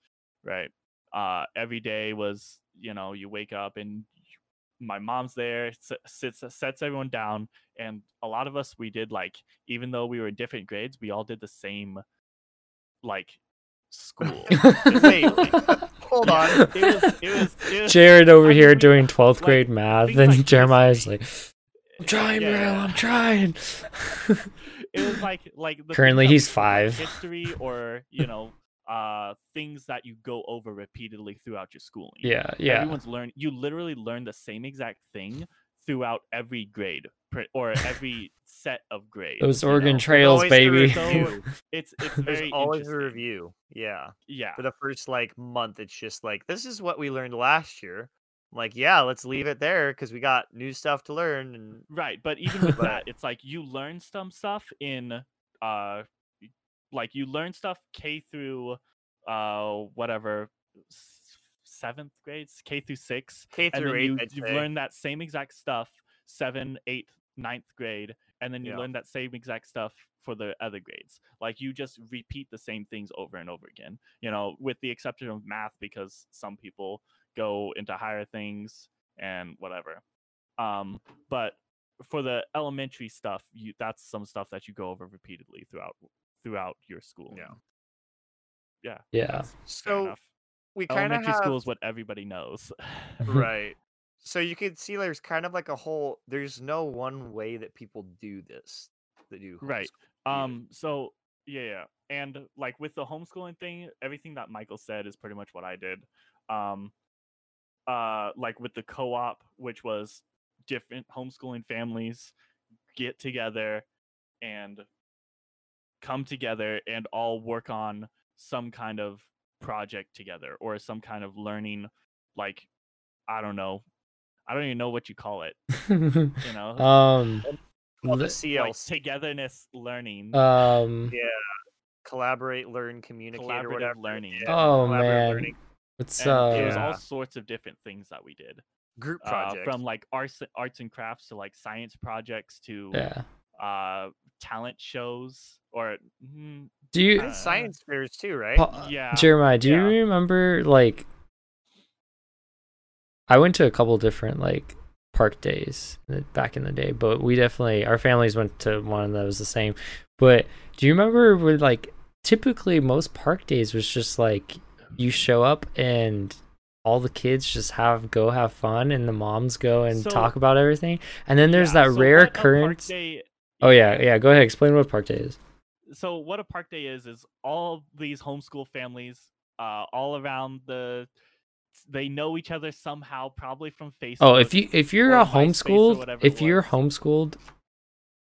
Speaker 3: right? Uh, every day was, you know, you wake up and you- my mom's there, s- sits sets everyone down, and a lot of us we did like, even though we were in different grades, we all did the same, like, school.
Speaker 1: Wait, Hold on.
Speaker 3: It was, it was, it was
Speaker 2: Jared over
Speaker 3: I
Speaker 2: here
Speaker 3: mean,
Speaker 2: doing 12th
Speaker 3: like,
Speaker 2: grade math
Speaker 3: things
Speaker 2: and
Speaker 3: like this-
Speaker 2: Jeremiah's like I'm trying,
Speaker 3: Yeah,
Speaker 2: Meryl,
Speaker 3: yeah.
Speaker 2: I'm trying.
Speaker 3: it was like like the things
Speaker 2: Currently,
Speaker 3: that we
Speaker 2: he's
Speaker 3: learn about
Speaker 2: five.
Speaker 3: history or you know uh things that you go over repeatedly throughout your schooling
Speaker 2: yeah, yeah.
Speaker 3: everyone's learn you literally learn the same exact thing throughout every grade print or every set of grades.
Speaker 2: Those
Speaker 3: you know?
Speaker 2: Oregon
Speaker 3: There's
Speaker 2: Trails,
Speaker 1: always the
Speaker 2: baby.
Speaker 1: result.
Speaker 3: It's it's
Speaker 1: There's
Speaker 3: very
Speaker 1: always a
Speaker 3: interesting.
Speaker 1: review. Yeah.
Speaker 3: Yeah,
Speaker 1: For the first like month, it's just like this is what we learned last year. I'm like, yeah, let's leave it there because we got new stuff to learn and
Speaker 3: right. But even with
Speaker 1: But-
Speaker 3: that, it's like you learn some stuff in uh, y- like you learn stuff K through uh whatever s- seventh grades K through six,
Speaker 1: K
Speaker 3: and
Speaker 1: through
Speaker 3: then
Speaker 1: eight.
Speaker 3: you,
Speaker 1: I'd
Speaker 3: you've
Speaker 1: say.
Speaker 3: learned that same exact stuff seven eighth ninth grade and then you
Speaker 1: Yeah.
Speaker 3: learn that same exact stuff for the other grades like you just repeat the same things over and over again you know with the exception of math because some people go into higher things and whatever um but for the elementary stuff you that's some stuff that you go over repeatedly throughout throughout your school
Speaker 1: Yeah.
Speaker 3: yeah
Speaker 2: Yeah.
Speaker 3: so
Speaker 1: So we kind of
Speaker 3: elementary
Speaker 1: have
Speaker 3: school is what everybody knows
Speaker 1: right so you can see there's kind of like a whole there's no one way that people do this that do
Speaker 3: Right.
Speaker 1: homeschool either.
Speaker 3: Um. So yeah, yeah, and like with the homeschooling thing, everything that Michael said is pretty much what I did. Um, uh, like with the co-op, which was different homeschooling families get together and come together and all work on some kind of project together or some kind of learning. Like, I don't know. I don't even know what you call it. You know,
Speaker 2: um
Speaker 1: Well, the
Speaker 2: li-
Speaker 3: like
Speaker 1: clc
Speaker 3: togetherness learning.
Speaker 2: um
Speaker 1: yeah collaborate learn communicate or
Speaker 3: Collaborative
Speaker 1: whatever
Speaker 3: learning.
Speaker 1: yeah,
Speaker 2: oh
Speaker 1: collaborative
Speaker 2: man
Speaker 1: learning
Speaker 2: it's
Speaker 3: and
Speaker 2: uh
Speaker 3: it was
Speaker 1: Yeah.
Speaker 3: all sorts of different things that we did
Speaker 1: group
Speaker 3: uh,
Speaker 1: project
Speaker 3: from like arts arts and crafts to like science projects to
Speaker 2: yeah
Speaker 3: uh talent shows or mm,
Speaker 2: do you
Speaker 1: and
Speaker 3: uh,
Speaker 1: science fairs too right
Speaker 2: Pa-
Speaker 3: yeah
Speaker 2: Jeremiah, do you
Speaker 3: yeah.
Speaker 2: remember like I went to a couple different like park days in the- back in the day, but we definitely our families went to one that was the same. But do you remember where like typically most park days was just like you show up and all the kids just have go have fun and the moms go and
Speaker 3: So-
Speaker 2: talk about everything. And then there's
Speaker 3: yeah,
Speaker 2: that
Speaker 3: so
Speaker 2: rare
Speaker 3: what a park
Speaker 2: occurrence.
Speaker 3: day-
Speaker 2: Oh yeah, yeah, go ahead, explain what park day is.
Speaker 3: so what a park day is is all these homeschool families uh all around the they know each other somehow probably from facebook
Speaker 2: Oh, if you if you're
Speaker 3: or
Speaker 2: a
Speaker 3: MySpace or
Speaker 2: homeschooled,
Speaker 3: whatever it
Speaker 2: if you're
Speaker 3: was.
Speaker 2: homeschooled,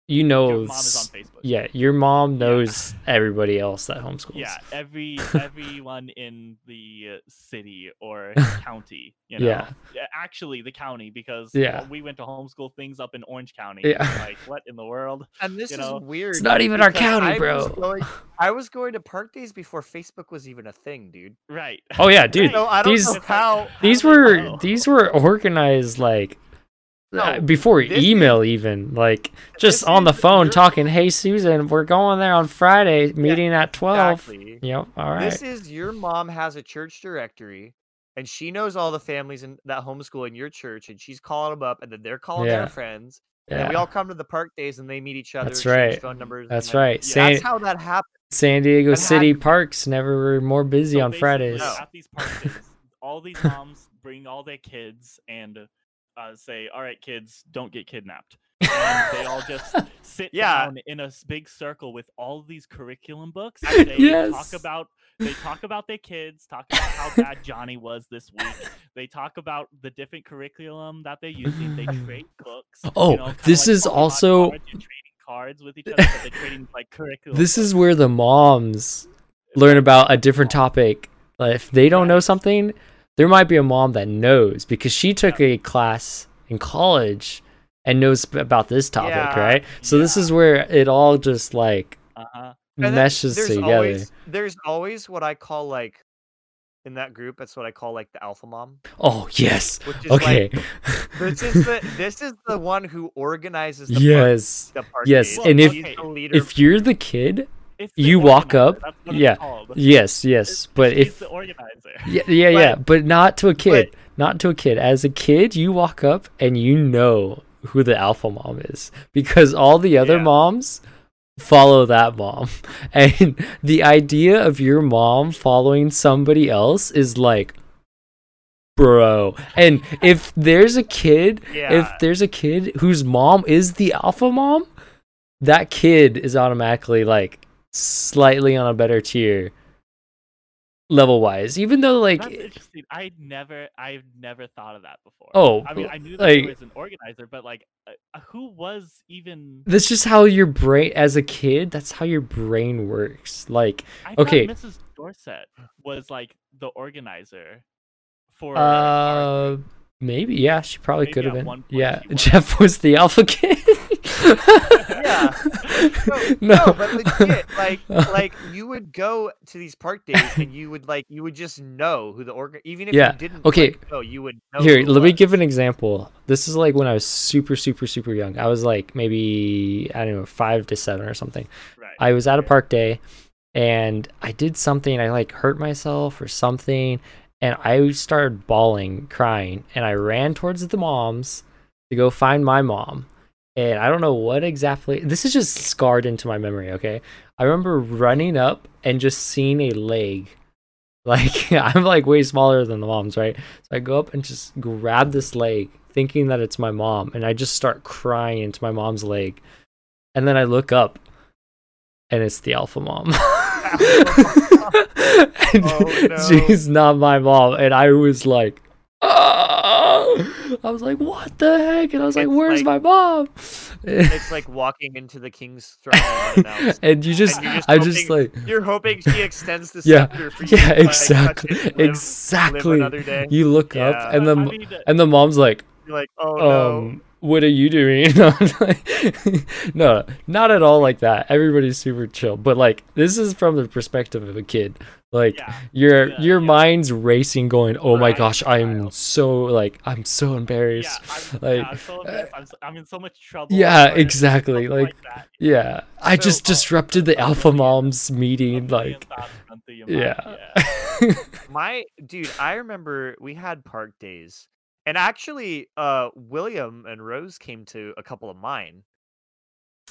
Speaker 2: you
Speaker 3: your
Speaker 2: know,
Speaker 3: mom is on facebook
Speaker 2: oh, yeah, your mom knows everybody else that homeschools.
Speaker 3: yeah every everyone in the uh, city or county you know
Speaker 2: Yeah.
Speaker 3: Yeah, actually the county because
Speaker 2: Yeah.
Speaker 3: we went to homeschool things up in orange county
Speaker 2: Yeah.
Speaker 3: and, like what in the world
Speaker 1: and this
Speaker 3: you
Speaker 1: is
Speaker 3: know,
Speaker 1: weird
Speaker 2: it's not even our
Speaker 1: because
Speaker 2: county,
Speaker 1: I was
Speaker 2: bro.
Speaker 1: going- i was going to park days before facebook was even a thing dude
Speaker 3: right
Speaker 2: oh yeah, dude,
Speaker 1: so i don't
Speaker 2: these-
Speaker 1: know how
Speaker 2: these
Speaker 1: how they
Speaker 2: were
Speaker 1: know.
Speaker 2: these were organized like uh,
Speaker 1: No,
Speaker 2: before
Speaker 1: this is-
Speaker 2: email even like just
Speaker 1: this
Speaker 2: on the
Speaker 1: is
Speaker 2: phone
Speaker 1: your-
Speaker 2: talking. Hey Susan, we're going there on Friday, meeting at twelve.
Speaker 1: exactly.
Speaker 2: Yep. All right.
Speaker 1: This is your mom has a church directory, and she knows all the families in that homeschool in your church, and she's calling them up, and then they're calling
Speaker 2: Yeah.
Speaker 1: their friends, and
Speaker 2: yeah.
Speaker 1: then we all come to the park days, and they meet each other.
Speaker 2: That's
Speaker 1: exchange
Speaker 2: right.
Speaker 1: Phone numbers. and
Speaker 2: That's
Speaker 1: like-
Speaker 2: right.
Speaker 3: Yeah.
Speaker 2: San,
Speaker 1: That's how that happened.
Speaker 2: San Diego
Speaker 1: and how-
Speaker 2: City parks never were more busy
Speaker 3: So
Speaker 2: on
Speaker 3: basically,
Speaker 2: Fridays.
Speaker 1: No.
Speaker 3: at these park days all these moms bring all their kids and uh, say all right kids don't get kidnapped and they all just sit
Speaker 1: Yeah.
Speaker 3: down in a s- big circle with all these curriculum books. and They
Speaker 2: Yes.
Speaker 3: talk about they talk about their kids, talk about how bad Johnny was this week. They talk about the different curriculum that they're using. They trade books. you
Speaker 2: Oh,
Speaker 3: know, kinda
Speaker 2: this
Speaker 3: like
Speaker 2: is
Speaker 3: Pokemon
Speaker 2: also-
Speaker 3: cards, you're trading cards with each other. But they're trading like curriculum.
Speaker 2: This
Speaker 3: books.
Speaker 2: is where the moms learn
Speaker 3: Right,
Speaker 2: about a different topic. Like, if they don't know
Speaker 3: Right.
Speaker 2: something, there might be a mom that knows because she took a class in college and knows b- about this topic,
Speaker 1: Yeah,
Speaker 2: right? So this
Speaker 3: yeah.
Speaker 2: is where it all just like
Speaker 3: Uh-huh.
Speaker 1: And then
Speaker 2: meshes
Speaker 1: there's
Speaker 2: together.
Speaker 1: Always, there's always what I call like in that group. That's what I call like the alpha mom,
Speaker 2: oh yes.
Speaker 1: which is
Speaker 2: Okay.
Speaker 1: like this is the this is the one who organizes the park,
Speaker 2: yes.
Speaker 1: the park
Speaker 2: Yes,
Speaker 1: days.
Speaker 2: and if-
Speaker 1: She's the leader
Speaker 2: If you're the kid,
Speaker 3: It's the
Speaker 2: You walk
Speaker 3: organizer,
Speaker 2: up-
Speaker 3: that's what it's
Speaker 2: yeah,
Speaker 3: called.
Speaker 2: yes, yes. But
Speaker 3: She's
Speaker 2: if
Speaker 3: the organizer.
Speaker 2: Yeah, yeah,
Speaker 1: But-
Speaker 2: yeah, but not to a kid. not to a kid. As a kid, you walk up and you know who the alpha mom is because all the other
Speaker 3: Yeah.
Speaker 2: moms follow that mom. And the idea of your mom following somebody else is like bro. And if there's a kid,
Speaker 1: Yeah.
Speaker 2: if there's a kid whose mom is the alpha mom, that kid is automatically like slightly on a better tier level wise, even though like
Speaker 3: That's interesting. I never, I've never thought of that before.
Speaker 2: Oh,
Speaker 3: I mean, I knew that
Speaker 2: like-
Speaker 3: there was an organizer, but like, uh, who was even?
Speaker 2: that's just how your brain as a kid. That's how your brain works. Like
Speaker 3: I thought
Speaker 2: Okay.
Speaker 3: Mrs. Dorset was like the organizer for. our-
Speaker 2: Uh, maybe yeah, she probably
Speaker 3: Maybe
Speaker 2: could have
Speaker 3: at
Speaker 2: been.
Speaker 3: one point
Speaker 2: yeah,
Speaker 3: she was.
Speaker 2: Jeff was the alpha kid.
Speaker 1: Yeah.
Speaker 2: No. Uh-huh.
Speaker 1: no, but legit, like, like you would go to these park days and you would like, you would just know who the organ, even if
Speaker 2: Yeah,
Speaker 1: you didn't.
Speaker 2: okay,
Speaker 1: Like, go, you would know.
Speaker 2: Here,
Speaker 1: who it
Speaker 2: let me
Speaker 1: was.
Speaker 2: give an example. This is like when I was super, super, super young. I was like maybe I don't know five to seven or something.
Speaker 3: right.
Speaker 2: I was at a park day, and I did something. I like hurt myself or something, and I started bawling, crying, and I ran towards the moms to go find my mom. And I don't know what exactly. This is just scarred into my memory. Okay, I remember running up and just seeing a leg. Like I'm like way smaller than the moms, right? So I go up and just grab this leg, thinking that it's my mom, and I just start crying into my mom's leg. And then I look up, and it's the alpha mom. And
Speaker 1: Oh, no.
Speaker 2: She's not my mom, and I was like, "Ah!" I was like, "What the heck?" And I was like,
Speaker 1: It's
Speaker 2: "Where's
Speaker 1: like-
Speaker 2: my mom?"
Speaker 1: It's like walking into the king's throne. unannounced.
Speaker 2: and you just,
Speaker 1: and you're just
Speaker 2: I just
Speaker 1: hoping-
Speaker 2: like,
Speaker 1: You're hoping she extends the
Speaker 2: Yeah,
Speaker 1: scepter for you.
Speaker 2: yeah,
Speaker 1: to, like, touch
Speaker 2: exactly,
Speaker 1: it and live-
Speaker 2: exactly.
Speaker 1: another day.
Speaker 2: You look
Speaker 1: Yeah.
Speaker 2: up, and
Speaker 3: But,
Speaker 2: the
Speaker 3: I
Speaker 2: m-
Speaker 3: mean, uh,
Speaker 2: and the mom's like,
Speaker 1: You're like, oh no.
Speaker 2: um, what are you doing? No, I'm like- no, not at all like that. Everybody's super chill. But like this is from the perspective of a kid. Like
Speaker 3: yeah,
Speaker 2: your
Speaker 3: yeah,
Speaker 2: your
Speaker 3: yeah.
Speaker 2: mind's racing going, "Oh my
Speaker 3: Right,
Speaker 2: gosh, I'm
Speaker 3: child.
Speaker 2: so like I'm so
Speaker 3: yeah,
Speaker 2: embarrassed."
Speaker 3: I'm,
Speaker 2: like
Speaker 3: yeah, I'm, so embarrassed. I'm, so, I'm in so much trouble.
Speaker 2: yeah,
Speaker 3: or
Speaker 2: exactly.
Speaker 3: something
Speaker 2: Like
Speaker 3: that.
Speaker 2: yeah, I
Speaker 3: So,
Speaker 2: just
Speaker 3: uh,
Speaker 2: disrupted the
Speaker 3: a
Speaker 2: alpha
Speaker 3: million-
Speaker 2: mom's
Speaker 3: A
Speaker 2: meeting
Speaker 3: million
Speaker 2: like
Speaker 3: thoughts run through your mind,
Speaker 2: yeah.
Speaker 3: yeah.
Speaker 1: My dude, I remember we had park days. And actually, uh William and Rose came to a couple of mine.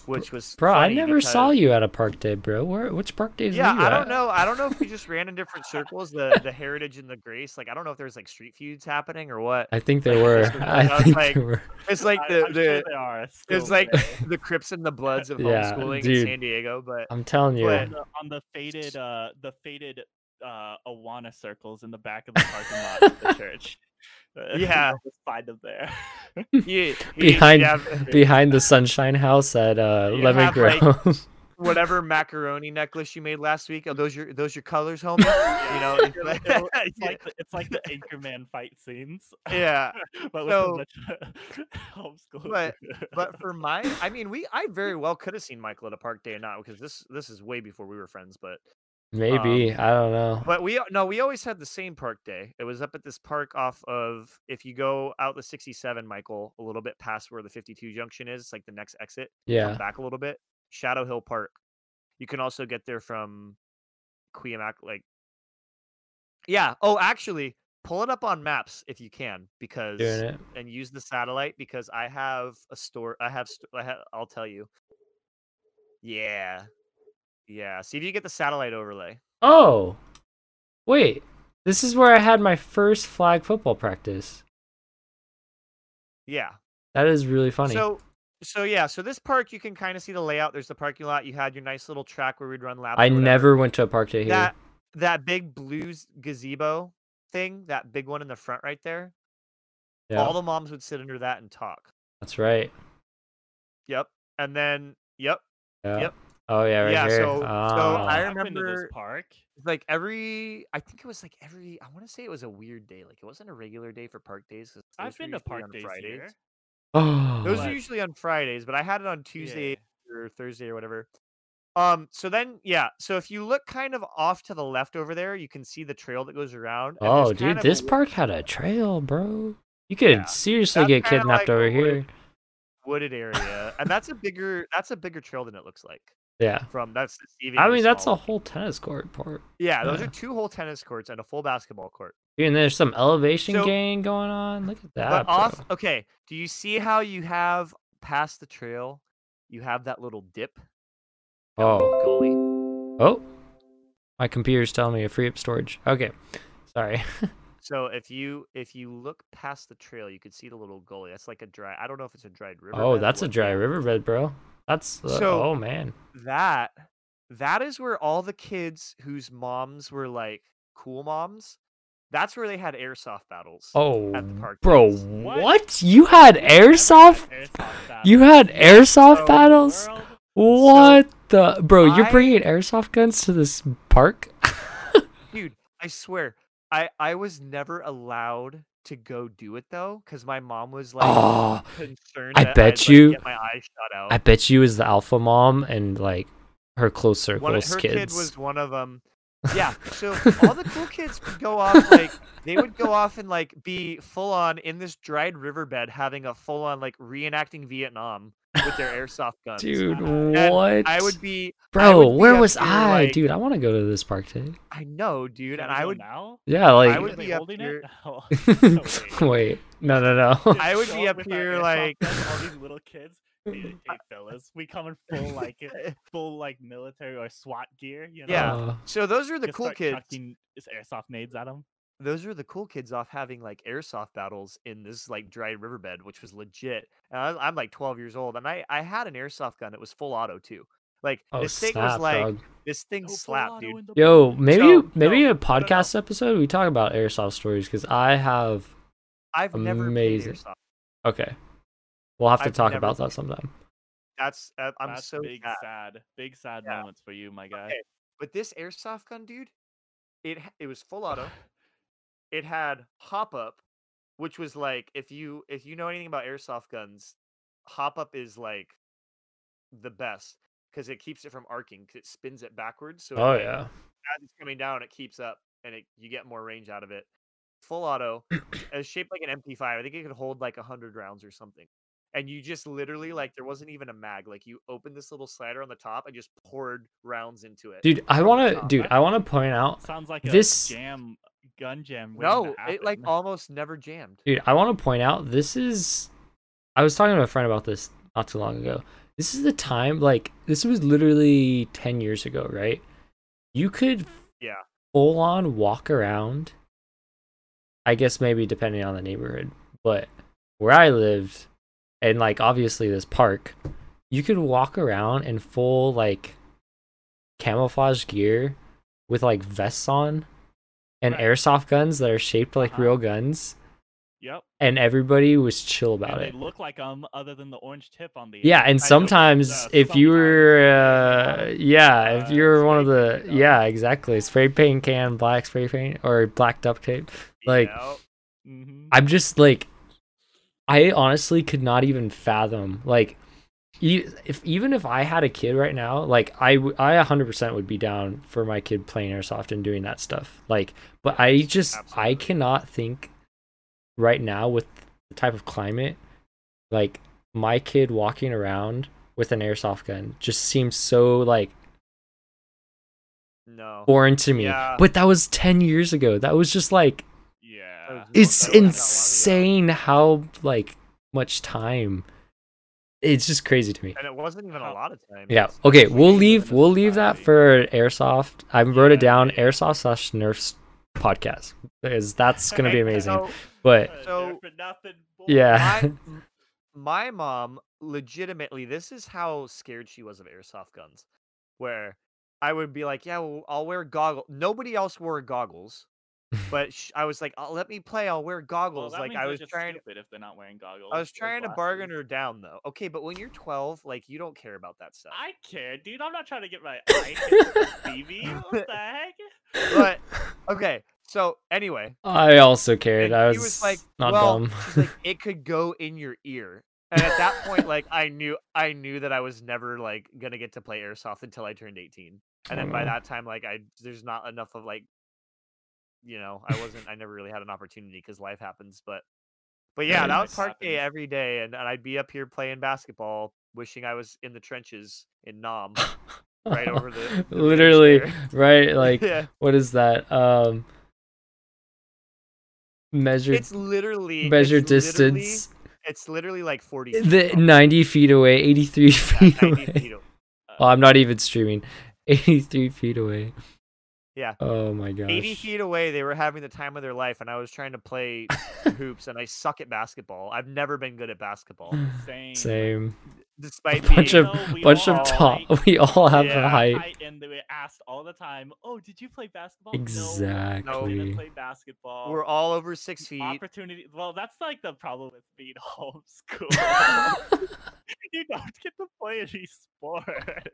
Speaker 1: Which was
Speaker 2: Bro, I
Speaker 1: funny
Speaker 2: never saw
Speaker 1: because-
Speaker 2: you at a park day, bro. Where which park days
Speaker 1: Yeah,
Speaker 2: were you
Speaker 1: I
Speaker 2: at?
Speaker 1: don't know. I don't know if we just ran in different circles, the the heritage and the grace. Like I don't know if there's like street feuds happening or what.
Speaker 2: I think they
Speaker 1: Like,
Speaker 2: were.
Speaker 1: just
Speaker 2: I
Speaker 1: because,
Speaker 2: think
Speaker 1: like,
Speaker 2: they were.
Speaker 1: It's like
Speaker 3: I-
Speaker 1: the,
Speaker 3: I'm
Speaker 1: the
Speaker 3: sure they are still
Speaker 1: it's like
Speaker 3: today.
Speaker 1: the Crips and the Bloods of
Speaker 2: Yeah,
Speaker 1: homeschooling
Speaker 2: dude.
Speaker 1: in San Diego, but
Speaker 2: I'm telling you.
Speaker 1: But-
Speaker 3: on the, on the faded uh the faded uh awana circles in the back of the parking lot of the church Uh,
Speaker 1: Yeah.
Speaker 3: the side of there
Speaker 1: you,
Speaker 2: Behind-
Speaker 1: you have
Speaker 2: behind the Sunshine House at uh,
Speaker 3: You
Speaker 2: Lemon
Speaker 1: have, like- um,
Speaker 2: Grove.
Speaker 1: whatever macaroni necklace you made last week. Are those your those your colors, homie? you know, it's
Speaker 3: They're-
Speaker 1: like-
Speaker 3: they're- it's
Speaker 1: yeah.
Speaker 3: like the, it's like the anchorman fight scenes
Speaker 1: yeah.
Speaker 3: but with
Speaker 1: So-
Speaker 3: so, much homeschool
Speaker 1: but- But for my, I mean, we I very well could have seen Michael at a park day and not because this this is way before we were friends. But
Speaker 2: Maybe I don't know.
Speaker 1: but we no, we always had the same park day. It was up at this park off of if you go out the 67, Michael, a little bit past where the 52 junction is, it's like the next exit. come
Speaker 2: Yeah,
Speaker 1: back a little bit. Shadow Hill Park. You can also get there from Quiamac. Like, yeah. Oh, actually, pull it up on maps if you can, because
Speaker 2: doing it.
Speaker 1: and use the satellite because I have a store. I have. st- I have I'll tell you. Yeah, yeah. See if you get the satellite overlay.
Speaker 2: Oh, wait. This is where I had my first flag football practice.
Speaker 1: Yeah.
Speaker 2: That is really funny.
Speaker 1: So. So yeah, so this park you can kind of see the layout. There's the parking lot. You had your nice little track where we'd run laps.
Speaker 2: I
Speaker 1: or whatever.
Speaker 2: never went to a park day here.
Speaker 1: that that big blues gazebo thing, that big one in the front right there.
Speaker 2: yeah,
Speaker 1: All the moms would sit under that and talk.
Speaker 2: that's right.
Speaker 1: Yep. And then yep,
Speaker 2: Yeah.
Speaker 1: Yep.
Speaker 2: Oh yeah, right
Speaker 1: Yeah,
Speaker 2: here.
Speaker 1: so- so
Speaker 2: Ah.
Speaker 1: I
Speaker 3: I've been to this
Speaker 1: remember-
Speaker 3: park
Speaker 1: like every I think it was like every I want to say it was a weird day. Like it wasn't a regular day for park days. 'cause
Speaker 3: i've
Speaker 1: those were
Speaker 3: been to
Speaker 1: usually
Speaker 3: park
Speaker 1: on
Speaker 3: days
Speaker 1: Fridays.
Speaker 3: here
Speaker 2: Oh,
Speaker 1: Those are
Speaker 3: But-
Speaker 1: usually on Fridays, but I had it on Tuesday
Speaker 3: Yeah.
Speaker 1: or Thursday or whatever. Um so then yeah, so if you look kind of off to the left over there, you can see the trail that goes around. and
Speaker 2: oh,
Speaker 1: there's kind
Speaker 2: dude,
Speaker 1: of a
Speaker 2: this
Speaker 1: wo-
Speaker 2: park had a trail, bro. You could
Speaker 1: Yeah.
Speaker 2: seriously
Speaker 1: That's
Speaker 2: get
Speaker 1: kinda
Speaker 2: kidnapped
Speaker 1: like
Speaker 2: over
Speaker 1: what it-
Speaker 2: here.
Speaker 1: wooded area. and that's a bigger that's a bigger trail than it looks like.
Speaker 2: Yeah.
Speaker 1: from that's deceiving.
Speaker 2: I
Speaker 1: the
Speaker 2: mean, that's a
Speaker 1: smaller-
Speaker 2: whole tennis court park.
Speaker 1: yeah. Those
Speaker 2: yeah.
Speaker 1: are two whole tennis courts and a full basketball court.
Speaker 2: Dude, and there's some elevation
Speaker 1: So-
Speaker 2: gain going on. Look at that.
Speaker 1: but off,
Speaker 2: bro.
Speaker 1: okay. Do you see how you have past the trail? You have that little dip. that
Speaker 2: Oh.
Speaker 1: little goalie.
Speaker 2: Oh, my computer's telling me to free up storage. Okay, sorry.
Speaker 1: So if you if you look past the trail, you could see the little goalie. That's like a dry. I don't know if it's a dried river.
Speaker 2: Oh, that's a dry riverbed, bro. That's uh,
Speaker 1: So-
Speaker 2: oh man.
Speaker 1: That that is where all the kids whose moms were like Cool Moms, that's where they had airsoft battles.
Speaker 2: Oh,
Speaker 1: At the park
Speaker 2: bro,
Speaker 1: games.
Speaker 2: what? You had airsoft? You had airsoft
Speaker 1: So-
Speaker 2: battles? What the? Bro, you're
Speaker 1: I-
Speaker 2: bringing airsoft guns to this park?
Speaker 1: dude i swear i i was never allowed to go do it though because my mom was like
Speaker 2: oh,
Speaker 1: concerned
Speaker 2: I
Speaker 1: that
Speaker 2: bet
Speaker 1: I'd,
Speaker 2: you-
Speaker 1: like, get my eyes shot out
Speaker 2: I bet you is the alpha mom and like her close
Speaker 1: one of,
Speaker 2: circles
Speaker 1: her kid
Speaker 2: kids.
Speaker 1: was one of them yeah so all the cool kids would go off like they would go off and like be full on in this dried riverbed having a full on like reenacting vietnam with their airsoft guns
Speaker 2: Dude,
Speaker 1: And
Speaker 2: what?
Speaker 1: I would be,
Speaker 2: Bro,
Speaker 1: would be
Speaker 2: where
Speaker 1: up
Speaker 2: was
Speaker 1: here,
Speaker 2: I?
Speaker 1: like-
Speaker 2: Dude, I want to go to this park today.
Speaker 1: I know, dude, and I would,
Speaker 3: now.
Speaker 2: Yeah,
Speaker 1: I
Speaker 2: like.
Speaker 1: would be
Speaker 3: Wait,
Speaker 1: up
Speaker 3: holding
Speaker 1: here-
Speaker 3: it. No. Wait.
Speaker 2: Wait, no, no, no.
Speaker 1: I would
Speaker 3: Show
Speaker 1: be up
Speaker 3: with our
Speaker 1: here,
Speaker 3: airsoft
Speaker 1: like-
Speaker 3: guns, all these little kids. Hey, hey, fellas, we coming full like full like military or SWAT gear. You know?
Speaker 1: Yeah.
Speaker 2: Uh,
Speaker 1: so those are the
Speaker 3: Just
Speaker 1: cool
Speaker 3: start
Speaker 1: kids.
Speaker 3: chucking Just airsoft nades at them.
Speaker 1: those are the cool kids off having like airsoft battles in this like dry riverbed, which was legit. And I, I'm like 12 years old, and I I had an airsoft gun that was full auto too. Like
Speaker 2: oh,
Speaker 1: this thing
Speaker 2: snap,
Speaker 1: was like
Speaker 2: dog.
Speaker 1: this thing slapped, dude.
Speaker 2: Yo, maybe
Speaker 1: So,
Speaker 2: maybe
Speaker 1: no,
Speaker 2: a podcast episode we talk about airsoft stories because I have.
Speaker 1: I've never played
Speaker 2: amazing.
Speaker 1: airsoft.
Speaker 2: Okay, we'll have to
Speaker 1: I've
Speaker 2: talk
Speaker 1: never
Speaker 2: about that sometime.
Speaker 1: That's uh, I'm
Speaker 3: That's
Speaker 1: so
Speaker 3: big
Speaker 1: sad.
Speaker 3: Big sad
Speaker 1: Yeah.
Speaker 3: moments for you, my guy.
Speaker 1: Okay. But this airsoft gun, dude, it h- it was full auto. It had hop up, which was like if you if you know anything about airsoft guns, hop up is like the best because it keeps it from arcing 'cause it spins it backwards. So it,
Speaker 2: Oh
Speaker 1: like,
Speaker 2: yeah,
Speaker 1: as it's coming down, it keeps up and it, you get more range out of it. Full auto, it's shaped like an MP5. I think it could hold like hundred rounds or something. And you just
Speaker 2: Mm.
Speaker 1: literally like there wasn't even a mag. Like you opened this little slider on the top and just poured rounds into it.
Speaker 2: dude. I
Speaker 1: from the
Speaker 2: want to,
Speaker 1: top.
Speaker 2: dude. I want to point out,
Speaker 3: Sounds like a
Speaker 2: This-
Speaker 3: jam gun jam. waiting
Speaker 1: No,
Speaker 3: to
Speaker 1: it like
Speaker 3: happen.
Speaker 1: almost never jammed.
Speaker 2: dude. I want to point out. This is. I was talking to a friend about this not too long ago. This is the time, like this was literally ten years ago, right? You could
Speaker 1: Yeah.
Speaker 2: full on walk around. I guess maybe depending on the neighborhood, but where I lived, and like obviously this park, you could walk around in full like camouflage gear with like vests on and
Speaker 3: Right.
Speaker 2: airsoft guns that are shaped like
Speaker 3: Uh-huh.
Speaker 2: real guns,
Speaker 3: Yep.
Speaker 2: and everybody was chill about
Speaker 3: and
Speaker 2: it.
Speaker 3: They look like um, other than the orange tip on the. end.
Speaker 2: Yeah, and
Speaker 3: I know,
Speaker 2: sometimes
Speaker 3: uh,
Speaker 2: if you
Speaker 3: sometimes
Speaker 2: were, uh,
Speaker 3: they have,
Speaker 2: yeah, if
Speaker 3: uh,
Speaker 2: you were one of
Speaker 3: spray
Speaker 2: the,
Speaker 3: paint, you know?
Speaker 2: yeah, exactly, spray paint can, black spray paint or black duct tape. Like,
Speaker 1: Yeah,
Speaker 3: Mhm.
Speaker 2: I'm just like, I honestly could not even fathom like, e- if even if I had a kid right now, like I w- I 100% would be down for my kid playing airsoft and doing that stuff. Like, but I just I
Speaker 1: absolutely.
Speaker 2: cannot think right now with the type of climate, like my kid walking around with an airsoft gun just seems so like
Speaker 1: no.
Speaker 2: foreign to me.
Speaker 1: Yeah.
Speaker 2: But that was 10 years ago. That was just like
Speaker 3: Yeah.
Speaker 1: That was
Speaker 2: it's
Speaker 1: that was not long ago.
Speaker 2: insane how like much time it's just crazy to me
Speaker 1: And it wasn't even a
Speaker 3: How-
Speaker 1: lot of time.
Speaker 2: yeah
Speaker 1: it's-
Speaker 2: okay
Speaker 1: it's
Speaker 2: we'll
Speaker 1: like-
Speaker 2: leave we'll leave that
Speaker 3: society.
Speaker 2: for airsoft i wrote it
Speaker 3: Yeah,
Speaker 2: down
Speaker 3: yeah, yeah.
Speaker 2: airsoft slash nerfs podcast because that's gonna be amazing
Speaker 1: So
Speaker 2: but
Speaker 3: Uh,
Speaker 1: So-
Speaker 3: there for nothing, boy.
Speaker 2: yeah
Speaker 1: my, m- my mom legitimately this is how scared she was of airsoft guns where i would be like yeah well, i'll wear goggles nobody else wore goggles but sh- i was like oh, let me play i'll wear
Speaker 3: Well,
Speaker 1: goggles
Speaker 3: that
Speaker 1: like
Speaker 3: means
Speaker 1: i
Speaker 3: they're
Speaker 1: was
Speaker 3: just
Speaker 1: trying
Speaker 3: stupid if they're not wearing goggles.
Speaker 1: i was
Speaker 3: or
Speaker 1: trying to bargain
Speaker 3: glasses.
Speaker 1: her down though okay but when you're 12 like you don't care about that stuff
Speaker 3: I care, dude. I'm not trying to get my eye hit with a BB. What the heck?
Speaker 1: but okay so anyway
Speaker 2: i also cared
Speaker 1: uh, And
Speaker 2: i
Speaker 1: he
Speaker 2: was,
Speaker 1: was like,
Speaker 2: not
Speaker 1: well,
Speaker 2: dumb
Speaker 1: she's like, it could go in your ear. And at that point, like I knew I knew that I was never like gonna get to play airsoft until I turned eighteen. And
Speaker 2: Oh,
Speaker 1: then by
Speaker 2: no.
Speaker 1: that time, like I there's not enough of like you know, I wasn't I never really had an opportunity because life happens, but but yeah,
Speaker 2: Yeah,
Speaker 1: that
Speaker 3: life
Speaker 1: was park day
Speaker 3: happens.
Speaker 1: every day and, and I'd be up here playing basketball, wishing I was in the trenches in Nam right over the, the village
Speaker 2: literally
Speaker 1: there.
Speaker 2: right like
Speaker 1: yeah.
Speaker 2: what is that um measure
Speaker 1: it's literally
Speaker 2: measure
Speaker 1: it's literally-
Speaker 2: distance
Speaker 1: it's literally like forty feet
Speaker 2: the
Speaker 1: from me.
Speaker 2: 90 feet away 83
Speaker 1: Yeah, 90
Speaker 2: feet away
Speaker 1: feet away.
Speaker 2: oh, i'm not even streaming 83 feet away
Speaker 1: Yeah.
Speaker 2: oh my gosh
Speaker 1: 80 feet away, they were having the time of their life, and I was trying to play hoops, and I suck at basketball. I've never been good at basketball.
Speaker 3: Oh, Same.
Speaker 2: same
Speaker 1: despite
Speaker 2: bunch
Speaker 1: being
Speaker 2: of
Speaker 3: know we
Speaker 2: bunch
Speaker 3: all
Speaker 2: of
Speaker 3: like-
Speaker 2: top. We all have
Speaker 1: Yeah,
Speaker 2: a height.
Speaker 3: I, and they were asked all the time, "Oh, did you play basketball?" No, I
Speaker 2: Exactly.
Speaker 3: didn't play basketball.
Speaker 1: we're all over six feet.
Speaker 3: opportunity. Well, that's like the problem with being homeschooled. you don't get to play any sport.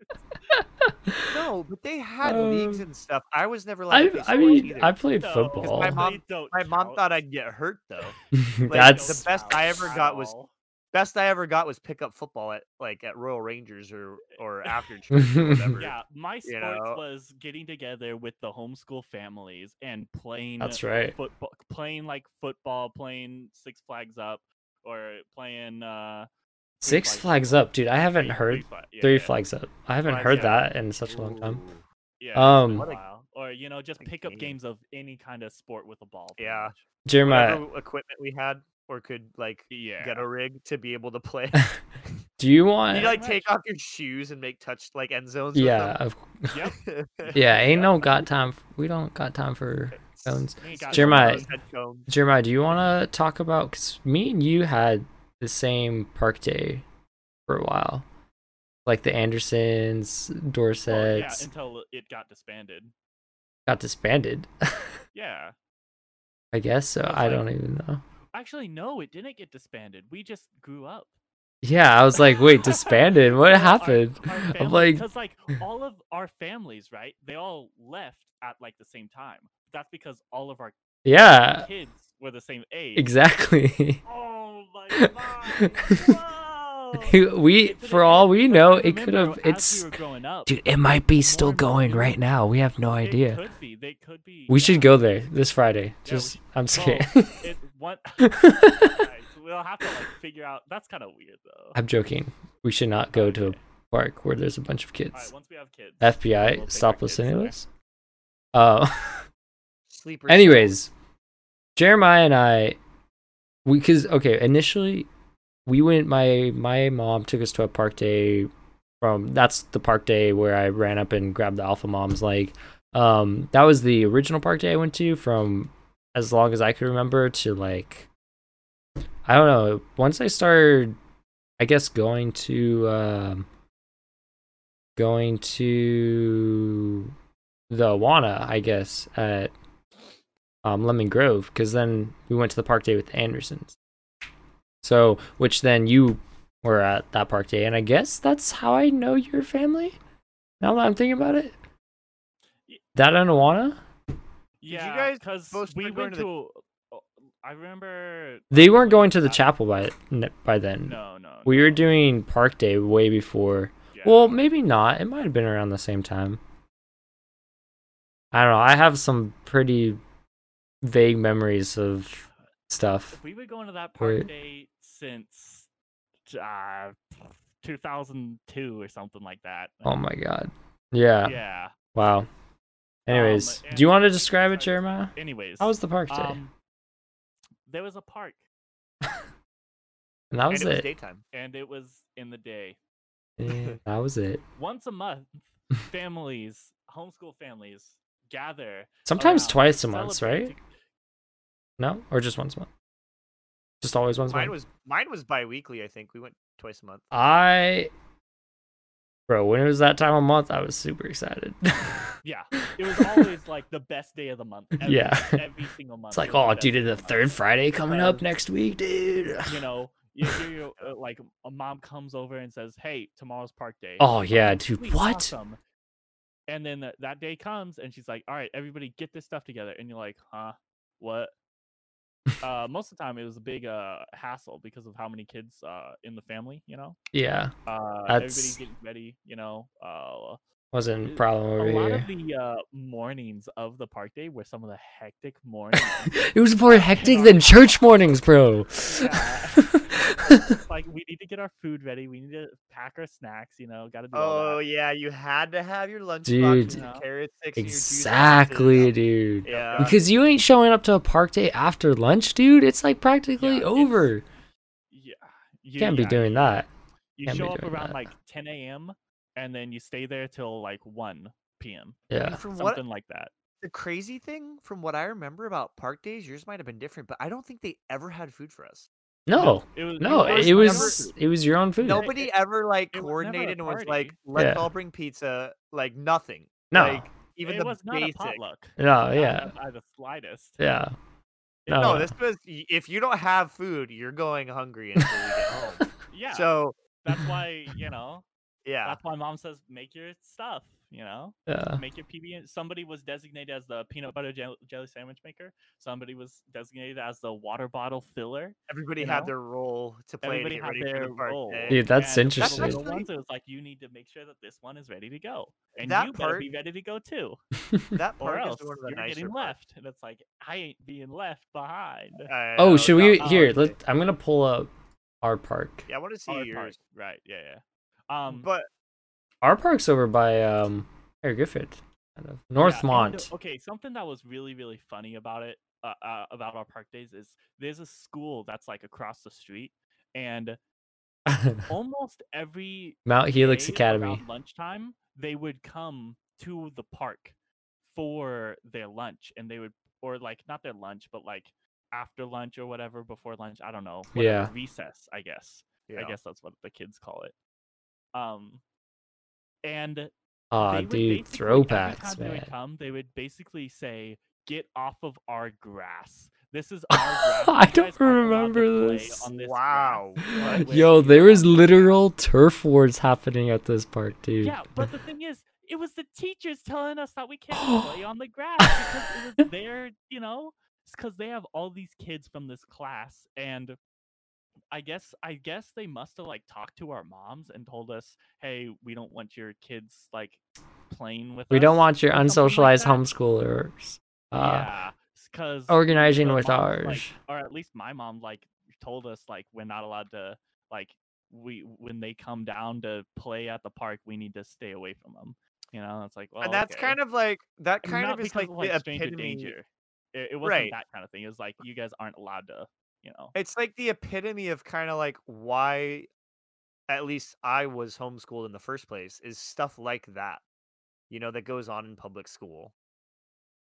Speaker 1: No, but they had leagues
Speaker 2: Um,
Speaker 1: and stuff. I was never
Speaker 2: I,
Speaker 1: like.
Speaker 2: I mean, I
Speaker 1: I,
Speaker 2: played
Speaker 3: No, 'cause
Speaker 2: football.
Speaker 1: my
Speaker 3: they
Speaker 1: mom-
Speaker 3: don't
Speaker 1: my mom
Speaker 3: count.
Speaker 1: thought I'd get hurt though.
Speaker 3: They
Speaker 2: That's
Speaker 1: the
Speaker 3: don't
Speaker 1: best I
Speaker 3: count
Speaker 1: ever
Speaker 3: at
Speaker 1: got was-
Speaker 3: all.
Speaker 1: Best I ever got was pickup football at like at Royal Rangers or or after church or whatever.
Speaker 3: Yeah, my sports
Speaker 1: you know.
Speaker 3: was getting together with the homeschool families and playing
Speaker 2: that's right.
Speaker 3: football, playing like football, playing Six Flags Up, or playing uh, Three
Speaker 2: Six
Speaker 3: Flags
Speaker 2: Flags Up, dude. I haven't
Speaker 3: Three-
Speaker 2: heard
Speaker 3: Fla- yeah,
Speaker 2: Three
Speaker 3: yeah,
Speaker 2: Flags Up. I haven't
Speaker 1: Flags
Speaker 2: heard
Speaker 3: Up.
Speaker 2: that in such a long time.
Speaker 1: Ooh.
Speaker 3: Yeah, it's been
Speaker 2: Um,
Speaker 3: a
Speaker 1: What a
Speaker 3: while. or you know, just
Speaker 1: what a
Speaker 3: pick up
Speaker 1: game.
Speaker 3: games of any kind of sport with a ball. pretty
Speaker 1: Yeah.
Speaker 3: much.
Speaker 2: Jeremiah,
Speaker 1: Whatever equipment we had or could like
Speaker 3: yeah.
Speaker 1: get a rig to be able to play.
Speaker 2: do you
Speaker 1: You
Speaker 2: want?
Speaker 1: like
Speaker 3: much.
Speaker 1: take off your shoes and make touch like end zones. with
Speaker 2: Yeah,
Speaker 1: them?
Speaker 2: of,
Speaker 3: Yep.
Speaker 2: yeah. Ain't no got time. f- We don't got time for Jones.
Speaker 3: We ain't got no
Speaker 2: Jeremiah-
Speaker 3: those.
Speaker 1: Head combs.
Speaker 2: Jeremiah. Do you want to talk about? Cause me and you had the same park day for a while, like the Andersons, Dorsets
Speaker 3: Well, Oh, yeah, until it got disbanded.
Speaker 2: got disbanded.
Speaker 3: Yeah.
Speaker 2: I guess so.
Speaker 3: That's
Speaker 2: I
Speaker 3: like-
Speaker 2: don't even know.
Speaker 3: Actually, no, it didn't get disbanded. We just grew up.
Speaker 2: Yeah, I was like, wait, disbanded? What happened? I'm like,
Speaker 3: because like all of our families, right? They all left at like the same time. That's because all of our
Speaker 2: yeah,
Speaker 3: kids were the same age.
Speaker 2: exactly.
Speaker 3: Oh my god! Whoa!
Speaker 2: we,
Speaker 3: It
Speaker 2: for
Speaker 3: didn't-
Speaker 2: all we
Speaker 3: but
Speaker 2: know, it could
Speaker 3: remember
Speaker 2: have.
Speaker 3: as
Speaker 2: It's
Speaker 3: we were growing up.
Speaker 2: dude, it might be still
Speaker 3: more and more
Speaker 2: going
Speaker 3: people-
Speaker 2: right now. We have no
Speaker 3: it
Speaker 2: idea.
Speaker 3: could be. They could be.
Speaker 2: We should
Speaker 3: yeah.
Speaker 2: go there this Friday.
Speaker 3: Yeah, we
Speaker 2: Just, I'm
Speaker 3: Well,
Speaker 2: scared.
Speaker 3: it, one, Alright, so we'll have to like figure out. That's kind of weird though.
Speaker 2: I'm joking. We should not go to a
Speaker 3: Okay.
Speaker 2: park where there's a bunch of
Speaker 3: All right,
Speaker 2: kids.
Speaker 3: once we have kids.
Speaker 2: FBI,
Speaker 3: we'll take our
Speaker 2: stop
Speaker 3: kids
Speaker 2: listening to
Speaker 3: there.
Speaker 2: us. Uh,
Speaker 1: Sleeper. cells.
Speaker 2: Anyways, Jeremiah and I, we cause okay initially, we went. My my mom took us to a park day. From that's the park day where I ran up and grabbed the alpha moms. Like, um, that was the original park day I went to from as long as I could remember to like, I don't know. Once I started, I guess going to um, going to the Awana, I guess at um, Lemon Grove because then we went to the park day with the Andersons. So, which then you were at that park day, and I guess that's how I know your family. Now that I'm thinking about it, that and Awana,
Speaker 1: you
Speaker 3: Yeah,
Speaker 1: guys
Speaker 3: because
Speaker 1: both
Speaker 3: we
Speaker 1: start going
Speaker 3: went
Speaker 1: to
Speaker 3: to. oh, I remember
Speaker 2: they weren't going to the
Speaker 3: Uh,
Speaker 2: chapel by n- by then.
Speaker 3: No, no.
Speaker 2: We were
Speaker 3: no,
Speaker 2: doing park day way before.
Speaker 3: yeah.
Speaker 2: Well, maybe not. It might have been around the same time. I don't know. I have some pretty vague memories of stuff.
Speaker 3: we were going to that
Speaker 2: Wait.
Speaker 3: park day since uh, 2002 or something like that.
Speaker 2: Oh my god. Yeah.
Speaker 3: Yeah.
Speaker 2: Wow. Anyways, do you
Speaker 3: and
Speaker 2: want to
Speaker 3: we
Speaker 2: describe it,
Speaker 3: decided-
Speaker 2: Jeremiah?
Speaker 3: Anyways,
Speaker 2: How was the park today?
Speaker 3: um, there was a park,
Speaker 2: and that
Speaker 1: And
Speaker 2: was
Speaker 1: it was
Speaker 2: it.
Speaker 1: daytime.
Speaker 3: and it was in the day.
Speaker 2: Yeah, that was it.
Speaker 3: Once a month, families, homeschool families, gather.
Speaker 2: Sometimes
Speaker 3: around
Speaker 2: twice
Speaker 3: to
Speaker 2: a month,
Speaker 3: celebrate
Speaker 2: right? No, or just once a month. Just always once a
Speaker 1: Mine
Speaker 2: month.
Speaker 1: was mine was bi-weekly, I think. We went twice a month.
Speaker 2: I, bro, when it was that time of month, I was super excited.
Speaker 3: to- Yeah, it was always like the best day of the month. every-
Speaker 2: Yeah.
Speaker 3: every single month.
Speaker 2: it's
Speaker 3: it
Speaker 2: like,
Speaker 3: was
Speaker 2: oh,
Speaker 3: best
Speaker 2: dude,
Speaker 3: day
Speaker 2: the
Speaker 3: of month."
Speaker 2: third Friday coming up
Speaker 3: because,
Speaker 2: next week, dude.
Speaker 3: You know, you, you, you, uh, like a mom comes over and says, "Hey, tomorrow's park day."
Speaker 2: Oh yeah,
Speaker 3: like,
Speaker 2: dude,
Speaker 3: "Sweet,
Speaker 2: what?
Speaker 3: awesome." And then th- that day comes, and she's like, "All right, everybody, get this stuff together." And you're like, "Huh? What?" uh, most of the time, it was a big uh, hassle because of how many kids uh, in the family. You know,
Speaker 2: Yeah,
Speaker 3: uh,
Speaker 2: That's-
Speaker 3: everybody getting ready. You know, uh,
Speaker 2: wasn't a
Speaker 3: Uh,
Speaker 2: problem
Speaker 3: a
Speaker 2: over
Speaker 3: lot
Speaker 2: here.
Speaker 3: of the uh, mornings of the park day were some of the hectic mornings.
Speaker 2: it was more hectic
Speaker 3: our
Speaker 2: than
Speaker 3: house.
Speaker 2: church mornings, bro.
Speaker 3: Yeah. like we need to get our food ready. We need to pack our snacks. You know, got to do all
Speaker 1: Oh
Speaker 3: that.
Speaker 1: yeah, you had to have your lunchbox
Speaker 2: Dude,
Speaker 1: and your
Speaker 3: Yeah.
Speaker 1: carrot sticks. and your juice boxes.
Speaker 2: exactly, dude.
Speaker 1: Yeah.
Speaker 2: Because you ain't showing up to a park day after lunch, dude. It's like
Speaker 3: Yeah,
Speaker 2: practically
Speaker 3: it's-
Speaker 2: over.
Speaker 3: Yeah,
Speaker 2: You
Speaker 3: you
Speaker 2: can't be
Speaker 3: yeah,
Speaker 2: doing that.
Speaker 3: You
Speaker 2: can't be
Speaker 3: show up
Speaker 2: doing
Speaker 3: around
Speaker 2: that.
Speaker 3: like 10 a.m. and then you stay there till like 1 p.m.
Speaker 2: Yeah.
Speaker 1: And from what
Speaker 3: Something like that.
Speaker 1: the crazy thing, from what I remember about park days, yours might have been different, but I don't think they ever had food for us.
Speaker 2: No,
Speaker 3: it was
Speaker 2: no,
Speaker 1: it was my
Speaker 2: it was
Speaker 3: anniversary.
Speaker 2: it was your own food.
Speaker 3: Nope.
Speaker 1: Nobody ever like
Speaker 3: it was never a
Speaker 1: coordinated and was
Speaker 3: party.
Speaker 1: like, "Let's
Speaker 2: Yeah.
Speaker 1: all bring pizza." Like nothing.
Speaker 2: No,
Speaker 1: Like, even
Speaker 3: it
Speaker 1: the
Speaker 3: was not a
Speaker 1: basic.
Speaker 3: potluck.
Speaker 2: no,
Speaker 3: Not
Speaker 2: Oh, yeah,
Speaker 3: even by the slightest.
Speaker 2: yeah. No,
Speaker 1: No, this was y- if you don't have food, you're going hungry until you get home.
Speaker 3: Oh, Yeah,
Speaker 1: So
Speaker 3: that's why you know.
Speaker 1: yeah,
Speaker 3: That's why mom says make your stuff. You know,
Speaker 2: yeah.
Speaker 3: make your PB. and-" Somebody was designated as the peanut butter jel- jelly sandwich maker. Somebody was designated as the water bottle filler.
Speaker 1: everybody
Speaker 3: you
Speaker 1: had
Speaker 3: know?
Speaker 1: their role to play to
Speaker 3: Everybody
Speaker 1: get
Speaker 3: had
Speaker 1: ready for
Speaker 3: their
Speaker 1: the party.
Speaker 3: role.
Speaker 1: eh?
Speaker 2: Dude, that's
Speaker 3: and
Speaker 1: That's
Speaker 2: interesting.
Speaker 3: The
Speaker 1: actually-
Speaker 3: ones it was like you need to make sure that this one is ready to go, and
Speaker 1: That
Speaker 3: you better
Speaker 1: part-
Speaker 3: be ready to go too,
Speaker 1: That
Speaker 3: or
Speaker 1: part
Speaker 3: else
Speaker 1: is one of the
Speaker 3: you're
Speaker 1: nicer
Speaker 3: getting
Speaker 1: parts.
Speaker 3: left. And it's like I ain't being left behind.
Speaker 1: I
Speaker 2: oh,
Speaker 1: know,
Speaker 2: should
Speaker 1: that
Speaker 2: we
Speaker 1: part
Speaker 2: here?
Speaker 1: is
Speaker 2: Let
Speaker 1: it.
Speaker 2: I'm gonna pull up our park.
Speaker 1: Yeah, I want to see
Speaker 3: Our
Speaker 1: yours.
Speaker 3: part, Right? Yeah, yeah. Um,
Speaker 1: But
Speaker 2: Our park's over by um Harry Griffith, kind of
Speaker 3: Yeah, and,
Speaker 2: Northmont.
Speaker 3: uh, okay, something that was really really funny about it uh, uh, about our park days is there's a school that's like across the street, and almost every
Speaker 2: Mount Helix
Speaker 3: day
Speaker 2: Academy.
Speaker 3: around lunchtime they would come to the park for their lunch, and they would or like not their lunch, but like after lunch or whatever before lunch. I don't know. whatever,
Speaker 2: Yeah.
Speaker 3: recess, I guess.
Speaker 1: yeah.
Speaker 3: I guess that's what the kids call it. Um, and
Speaker 2: Ah,
Speaker 3: they would
Speaker 2: dude,
Speaker 3: basically- every time
Speaker 2: throwbacks,
Speaker 3: They would
Speaker 2: man.
Speaker 3: come, they would basically say, "Get off of our grass. This is our grass.
Speaker 2: I
Speaker 3: You
Speaker 2: don't
Speaker 3: guys aren't allowed to
Speaker 2: remember
Speaker 3: play
Speaker 2: this.
Speaker 3: on grass."
Speaker 1: Wow, what?
Speaker 3: Like,
Speaker 2: Yo,
Speaker 3: you
Speaker 2: there is
Speaker 3: have-
Speaker 2: literal turf wars happening at this park, dude.
Speaker 3: Yeah, but the thing is, it was the teachers telling us that we can't play on the grass because it was their, you know, because they have all these kids from this class, and I guess I guess they must have like talked to our moms and told us, "Hey, we don't want your kids like playing with
Speaker 2: we
Speaker 3: us."
Speaker 2: don't want your
Speaker 3: something like
Speaker 2: unsocialized
Speaker 3: that.
Speaker 2: homeschoolers uh,
Speaker 3: yeah, because
Speaker 2: organizing with
Speaker 3: ours,
Speaker 2: ours.
Speaker 3: or at least my mom like told us like we're not allowed to like we when they come down to play at the park, we need to stay away from them. You know, it's like well,
Speaker 1: and that's kind of like that kind
Speaker 3: oh, not
Speaker 1: of is like,
Speaker 3: because of, like
Speaker 1: the
Speaker 3: stranger
Speaker 1: epitome.
Speaker 3: danger. It, it wasn't
Speaker 1: Right.
Speaker 3: that kind of thing. It was like you guys aren't allowed to, you know.
Speaker 1: It's like the epitome of kind of like why, at least I was homeschooled in the first place. Is stuff like that, you know, that goes on in public school.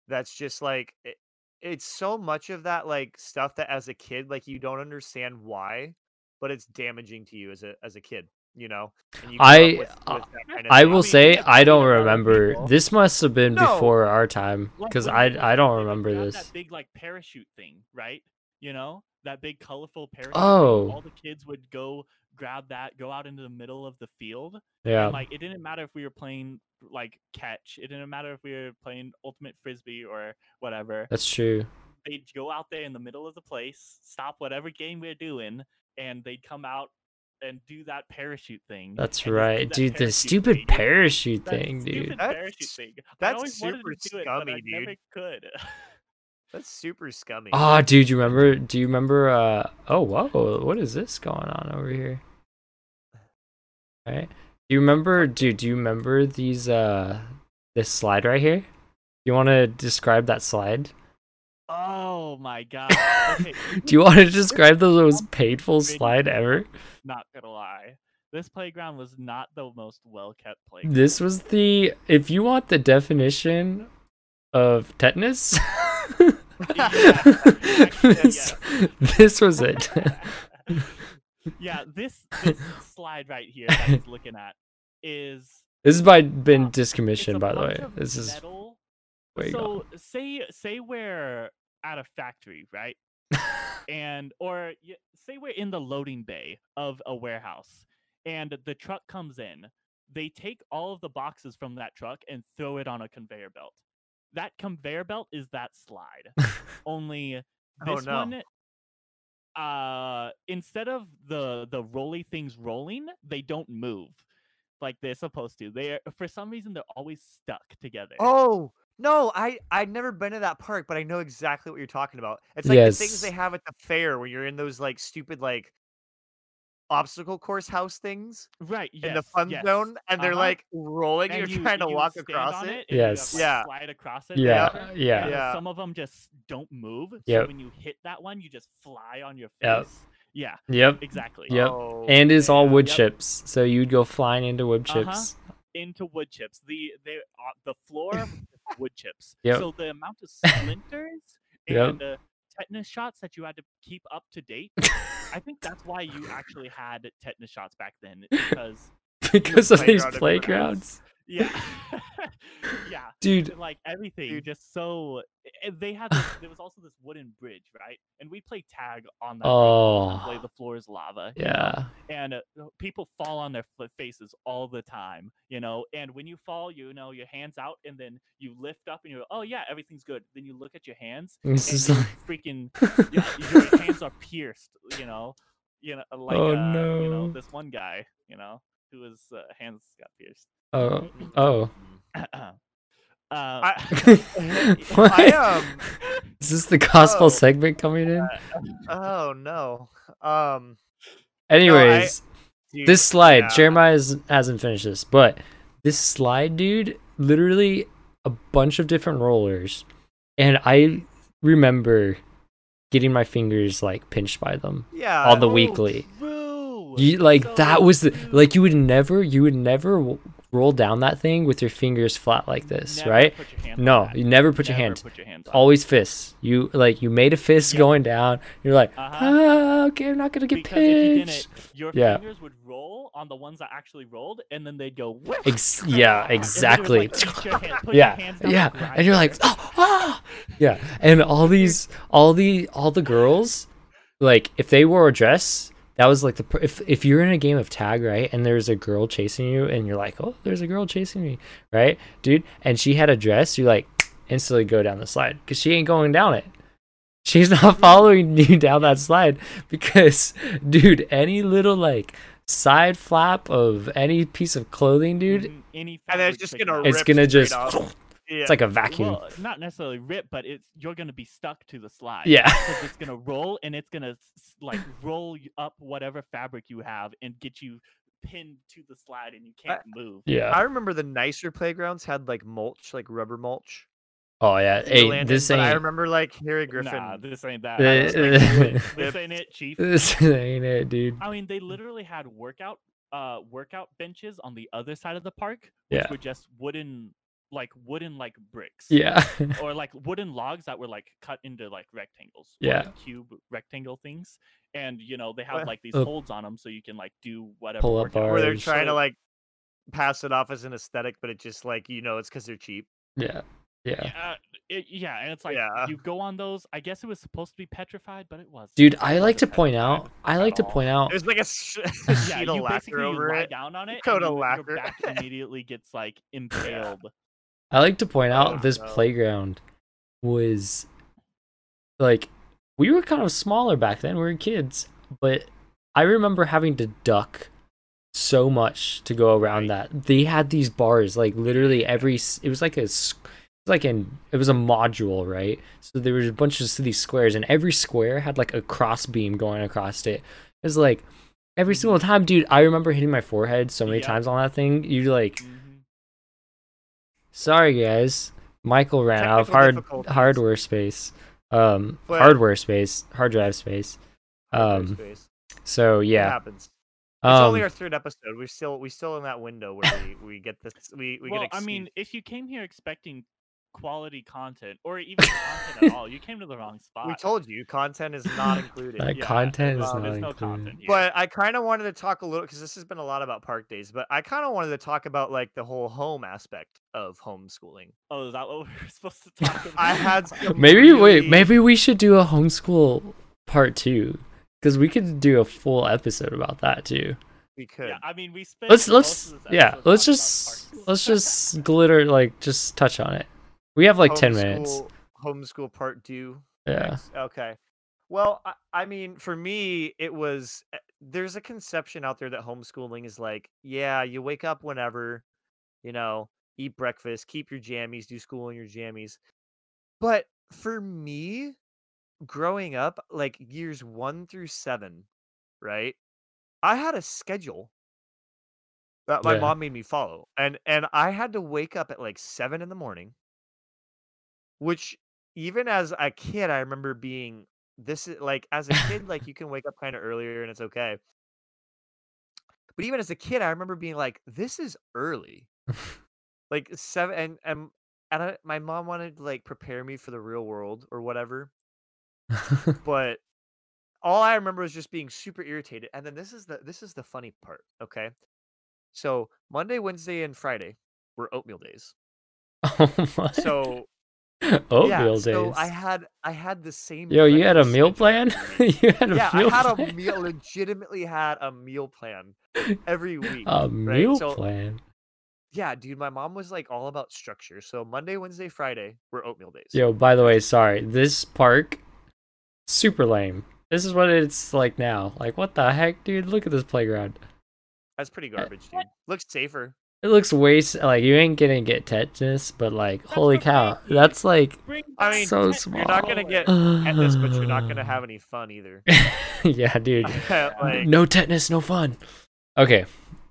Speaker 1: That's just like it, it's so much of that like stuff that as a kid like you don't understand why, but it's damaging to you as a as a kid. You know, and you grow up
Speaker 2: I- uh,
Speaker 1: that kind of
Speaker 2: I
Speaker 1: thing.
Speaker 2: will
Speaker 3: mean,
Speaker 2: say
Speaker 3: yeah,
Speaker 2: I don't
Speaker 3: but other
Speaker 2: remember.
Speaker 3: people-
Speaker 2: This must have been
Speaker 1: No.
Speaker 2: before our time
Speaker 3: Like,
Speaker 2: because
Speaker 3: when they would-
Speaker 2: I I
Speaker 3: they
Speaker 2: don't
Speaker 3: would
Speaker 2: remember
Speaker 3: have
Speaker 2: this.
Speaker 3: That big like parachute thing, right? You know that big colorful parachute. thing,
Speaker 2: Oh.
Speaker 3: all the kids would go grab that, go out into the middle of the field,
Speaker 2: Yeah,
Speaker 3: And like it didn't matter if we were playing like catch. It didn't matter if we were playing ultimate frisbee or whatever.
Speaker 2: that's true.
Speaker 3: They'd go out there in the middle of the place, stop whatever game we are doing, and they'd come out and do that parachute thing. and just
Speaker 2: That's
Speaker 3: do
Speaker 2: right,
Speaker 3: that
Speaker 2: dude. The
Speaker 3: parachute
Speaker 2: stupid
Speaker 3: thing.
Speaker 2: parachute
Speaker 3: That
Speaker 2: thing,
Speaker 3: stupid
Speaker 2: dude.
Speaker 1: That's-
Speaker 3: parachute thing. I
Speaker 1: that's
Speaker 3: always wanted
Speaker 1: super
Speaker 3: to do it, but I
Speaker 1: scummy, dude.
Speaker 3: never could.
Speaker 1: That's super scummy.
Speaker 2: Ah, dude, you remember? Do you remember? Uh, oh, whoa, what is this going on over here? All right. Do you remember, dude? Do you remember these? Uh, this slide right here. You want to describe that slide?
Speaker 3: oh my god. Okay,
Speaker 2: Do you want to describe the most painful
Speaker 3: Video.
Speaker 2: slide ever?
Speaker 3: not gonna lie. This playground was not the most well kept playground.
Speaker 2: This was the if you want the definition of tetanus.
Speaker 3: Yeah, actually,
Speaker 2: this,
Speaker 3: yes.
Speaker 2: this was it.
Speaker 3: yeah, this, this slide right here that he's looking at is
Speaker 2: this has by been
Speaker 3: Uh, it's a
Speaker 2: decommissioned, by the
Speaker 3: bunch
Speaker 2: way.
Speaker 3: of
Speaker 2: This is
Speaker 3: metal.
Speaker 2: way gone.
Speaker 3: so say say we're at a factory, right? and or y- say we're in the loading bay of a warehouse, and the truck comes in. They take all of the boxes from that truck and throw it on a conveyor belt. That conveyor belt is that slide. Only
Speaker 1: Oh,
Speaker 3: this
Speaker 1: no.
Speaker 3: one uh instead of the the roly things rolling they don't move like they're supposed to they're for some reason they're always stuck together
Speaker 1: Oh no, I I've never been to that park, but I know exactly what you're talking about. It's like the things they
Speaker 2: Yes.
Speaker 1: have at the fair where you're in those like stupid like obstacle course house things
Speaker 3: right yes,
Speaker 1: in the fun
Speaker 3: yes.
Speaker 1: zone, and they're
Speaker 3: uh-huh.
Speaker 1: like rolling.
Speaker 3: And
Speaker 1: you're
Speaker 3: you-
Speaker 1: trying to
Speaker 3: you
Speaker 1: walk
Speaker 3: stand
Speaker 1: across
Speaker 3: on
Speaker 1: it.
Speaker 3: and you have,
Speaker 2: Yes.
Speaker 3: like,
Speaker 1: Yeah.
Speaker 3: slide across it or
Speaker 2: yeah,
Speaker 3: whatever,
Speaker 2: yeah,
Speaker 3: and
Speaker 1: Yeah.
Speaker 3: some of them just don't move so
Speaker 2: Yep.
Speaker 3: when you hit that one you just fly on your face
Speaker 2: Yep.
Speaker 3: yeah
Speaker 2: yep.
Speaker 3: exactly
Speaker 2: Yep.
Speaker 1: Oh,
Speaker 2: And it's all
Speaker 1: man.
Speaker 2: wood
Speaker 3: Yep.
Speaker 2: chips, so you'd go flying into wood
Speaker 3: Uh-huh.
Speaker 2: chips.
Speaker 3: into wood chips. The the uh, the floor of wood chips.
Speaker 2: Yep.
Speaker 3: So the amount of splinters
Speaker 2: Yep.
Speaker 3: and uh, tetanus shots that you had to keep up to date. I think that's why you actually had tetanus shots back then because
Speaker 2: because of these
Speaker 1: playground
Speaker 2: playgrounds.
Speaker 3: yeah, yeah,
Speaker 2: Dude,
Speaker 3: and, like everything
Speaker 1: Dude.
Speaker 3: just so and they had this, there was also this wooden bridge right and we play tag on that bridge,
Speaker 2: oh,
Speaker 3: play the floor is lava you know?
Speaker 2: yeah.
Speaker 3: and uh, uh, people fall on their fl- faces all the time you know and when you fall you know your hands out and then you lift up and you're oh yeah everything's good then you look at your hands
Speaker 2: This
Speaker 3: and
Speaker 2: is
Speaker 3: your
Speaker 2: like,
Speaker 3: freaking yeah, your hands are pierced you know you know like
Speaker 2: Oh,
Speaker 3: uh, you know
Speaker 2: no.
Speaker 3: this one guy you know who his uh, hands got pierced
Speaker 2: oh, oh.
Speaker 3: uh,
Speaker 2: What?
Speaker 1: I um.
Speaker 2: Is this the gospel
Speaker 1: Oh.
Speaker 2: segment coming in?
Speaker 1: Oh no. Um.
Speaker 2: Anyways,
Speaker 1: dude,
Speaker 2: this slide,
Speaker 1: yeah.
Speaker 2: Jeremiah is, hasn't finished this, but this slide, dude, literally a bunch of different rollers, and I remember getting my fingers like pinched by them.
Speaker 1: Yeah.
Speaker 2: on the
Speaker 1: oh,
Speaker 2: weekly.
Speaker 3: True.
Speaker 2: You like that
Speaker 3: So
Speaker 2: was the
Speaker 3: true.
Speaker 2: like you would never you would never w- roll down that thing with your fingers flat like this,
Speaker 3: Never
Speaker 2: right?
Speaker 3: put your hand on
Speaker 2: No,
Speaker 3: that.
Speaker 2: you never put your
Speaker 3: Never
Speaker 2: hand.
Speaker 3: Put your hands on
Speaker 2: Always fists. You like you made a fist
Speaker 3: Yeah.
Speaker 2: going down. You're like,
Speaker 3: Uh-huh.
Speaker 2: ah, okay, I'm not gonna
Speaker 3: it.
Speaker 2: get
Speaker 3: Because if you didn't,
Speaker 2: pinched.
Speaker 3: your
Speaker 2: Yeah.
Speaker 3: fingers would roll on the ones that actually rolled, and then they'd go. "Whiff,"
Speaker 2: Ex- yeah,
Speaker 3: and then it was
Speaker 2: exactly.
Speaker 3: like, "Put your hand- put your
Speaker 2: yeah,
Speaker 3: hands down
Speaker 2: yeah,
Speaker 3: and grind
Speaker 2: and you're like,
Speaker 3: together."
Speaker 2: oh, ah! yeah, and all these, all the, all the girls, like if they wore a dress, that was like the per- if if you're in a game of tag, right, and there's a girl chasing you, and you're like, oh, there's a girl chasing me, right, dude, and she had a dress, you like instantly go down the slide because she ain't going down it. She's not following you down that slide because, dude, any little like side flap of any piece of clothing, dude,
Speaker 3: Mm, Any
Speaker 1: And
Speaker 3: fabric
Speaker 1: it's just
Speaker 3: pick
Speaker 1: gonna
Speaker 3: up.
Speaker 1: rip
Speaker 2: it's gonna
Speaker 1: straight
Speaker 2: just
Speaker 1: off. Yeah.
Speaker 2: it's like a vacuum.
Speaker 3: Well, not necessarily rip, but it's you're gonna be stuck to the slide.
Speaker 2: yeah.
Speaker 3: 'Cause it's gonna roll and it's gonna s- like roll y- up whatever fabric you have and get you pinned to the slide and you can't move.
Speaker 2: Yeah.
Speaker 1: I remember the nicer playgrounds had like mulch, like rubber mulch.
Speaker 2: Oh yeah.
Speaker 1: that you
Speaker 2: Hey,
Speaker 1: land
Speaker 2: this
Speaker 1: in,
Speaker 2: ain't.
Speaker 1: but I remember like Harry Griffin.
Speaker 3: Nah, this ain't that.
Speaker 2: Uh,
Speaker 3: I was like, "Wait, this
Speaker 1: Yep.
Speaker 3: ain't it, chief.
Speaker 2: this ain't it, dude.
Speaker 3: I mean, they literally had workout uh workout benches on the other side of the park, which
Speaker 2: Yeah.
Speaker 3: were just wooden like wooden like bricks.
Speaker 2: Yeah.
Speaker 3: Or like wooden logs that were like cut into like rectangles. or,
Speaker 2: Yeah.
Speaker 3: like, cube rectangle things. And you know, they
Speaker 1: Well,
Speaker 3: have like these
Speaker 2: uh,
Speaker 3: holds on them so you can like do whatever
Speaker 2: pull-up
Speaker 3: workout
Speaker 1: where they're
Speaker 2: Bars.
Speaker 1: trying to
Speaker 3: So-
Speaker 1: like pass it off as an aesthetic, but it's just like you know it's because they're cheap.
Speaker 2: yeah. Yeah.
Speaker 3: Yeah, it, yeah, and it's like
Speaker 1: Yeah.
Speaker 3: you go on those. I guess it was supposed to be petrified, but it was.
Speaker 2: Dude, I like to point out. I
Speaker 3: at
Speaker 2: like to
Speaker 3: all.
Speaker 2: point out.
Speaker 1: There's like a, sh-
Speaker 2: Oh. Yeah,
Speaker 3: Yeah,
Speaker 1: sheet of
Speaker 3: you
Speaker 1: lacquer
Speaker 3: basically
Speaker 1: over
Speaker 3: lie
Speaker 1: it.
Speaker 3: down on it.
Speaker 1: Coat
Speaker 3: and
Speaker 1: of
Speaker 3: you,
Speaker 1: lacquer.
Speaker 3: Your back immediately gets like impaled.
Speaker 2: I like to point out
Speaker 1: don't
Speaker 2: this
Speaker 1: know.
Speaker 2: playground was like we were kind of smaller back then. We were kids, but I remember having to duck so much to go around that. They had these bars like literally every. s- It was like a s- it was like an it was a module, right? So there was a bunch of these squares, and every square had like a cross beam going across it. It was like every single time, dude. I remember hitting my forehead so many
Speaker 3: Yeah.
Speaker 2: times on that thing. You like
Speaker 1: Mm-hmm.
Speaker 3: Mhm.
Speaker 2: sorry guys michael ran out of
Speaker 1: Technical
Speaker 2: hard
Speaker 1: difficulties.
Speaker 2: hardware space um
Speaker 1: But-
Speaker 2: hardware space hard drive space
Speaker 1: Hard drive
Speaker 2: Um,
Speaker 1: space.
Speaker 2: so
Speaker 1: It
Speaker 2: yeah
Speaker 1: happens. It's
Speaker 2: um
Speaker 1: only our third episode. We're still we still in that window where we, we get this we we
Speaker 3: well,
Speaker 1: get.
Speaker 3: I
Speaker 1: excuse-
Speaker 3: mean, if you came here expecting quality content or even content at all, you came to the wrong spot.
Speaker 1: we told you content is not included.
Speaker 2: that
Speaker 3: yeah,
Speaker 2: content is
Speaker 1: um,
Speaker 2: not
Speaker 3: There's no
Speaker 2: included
Speaker 3: content. Here.
Speaker 1: But I kind of wanted to talk a little because this has been a lot about park days, but I kind of wanted to talk about like the whole home aspect of homeschooling.
Speaker 3: oh, is that what we were supposed to talk about?
Speaker 1: I had some
Speaker 2: maybe wait
Speaker 1: really-
Speaker 2: maybe we should do a homeschool part two because we could do a full episode about that too
Speaker 1: we could.
Speaker 3: Yeah, I mean, we spent.
Speaker 2: let's
Speaker 3: most
Speaker 2: let's
Speaker 3: of this
Speaker 2: yeah
Speaker 3: episode
Speaker 2: let's
Speaker 3: talking about
Speaker 2: just
Speaker 3: parks.
Speaker 2: let's just glitter like just touch on it we have like 10 minutes
Speaker 1: Homeschool- Homeschool part two.
Speaker 2: yeah
Speaker 1: Ex- Okay. Well, I, I mean, for me, it was uh, there's a conception out there that homeschooling is like, yeah, you wake up whenever, you know, eat breakfast, keep your jammies, do school in your jammies. But for me, growing up, like years one through seven, right? I had a schedule that my
Speaker 2: Yeah.
Speaker 1: mom made me follow. And and I had to wake up at like seven in the morning, which even as a kid, I remember being this is like as a kid, like you can wake up kind of earlier and it's okay. But even as a kid, I remember being like, this is early. like seven and and and I, my mom wanted to like prepare me for the real world or whatever. but all I remember was just being super irritated. And then this is the this is the funny part. Okay, so Monday, Wednesday, and Friday were oatmeal days.
Speaker 2: oh my.
Speaker 1: So
Speaker 2: oatmeal
Speaker 1: yeah,
Speaker 2: days.
Speaker 1: So I had I had the same.
Speaker 2: Yo, you had a meal
Speaker 1: breakfast
Speaker 2: plan? you had a
Speaker 1: yeah,
Speaker 2: meal
Speaker 1: I had
Speaker 2: plan?
Speaker 1: a meal, legitimately had a meal plan every week.
Speaker 2: A meal
Speaker 1: So-
Speaker 2: plan.
Speaker 1: yeah, dude, my mom was like all about structure. So Monday, Wednesday, Friday were oatmeal days.
Speaker 2: Yo, by the way, sorry. This park, super lame. This is what it's like now. Like, what the heck, dude? Look at this playground.
Speaker 1: That's pretty
Speaker 2: eh
Speaker 1: garbage, dude. Looks safer.
Speaker 2: It looks way s- like you ain't gonna get tetanus, but like,
Speaker 3: That's
Speaker 2: holy
Speaker 3: what I
Speaker 2: cow,
Speaker 3: mean.
Speaker 2: that's like
Speaker 3: Bring
Speaker 1: I
Speaker 3: back
Speaker 1: mean,
Speaker 2: so
Speaker 3: tent-
Speaker 2: small.
Speaker 1: You're not gonna get tetanus, but you're not gonna have any fun either.
Speaker 2: yeah, dude.
Speaker 1: like,
Speaker 2: no tetanus, no fun. Okay,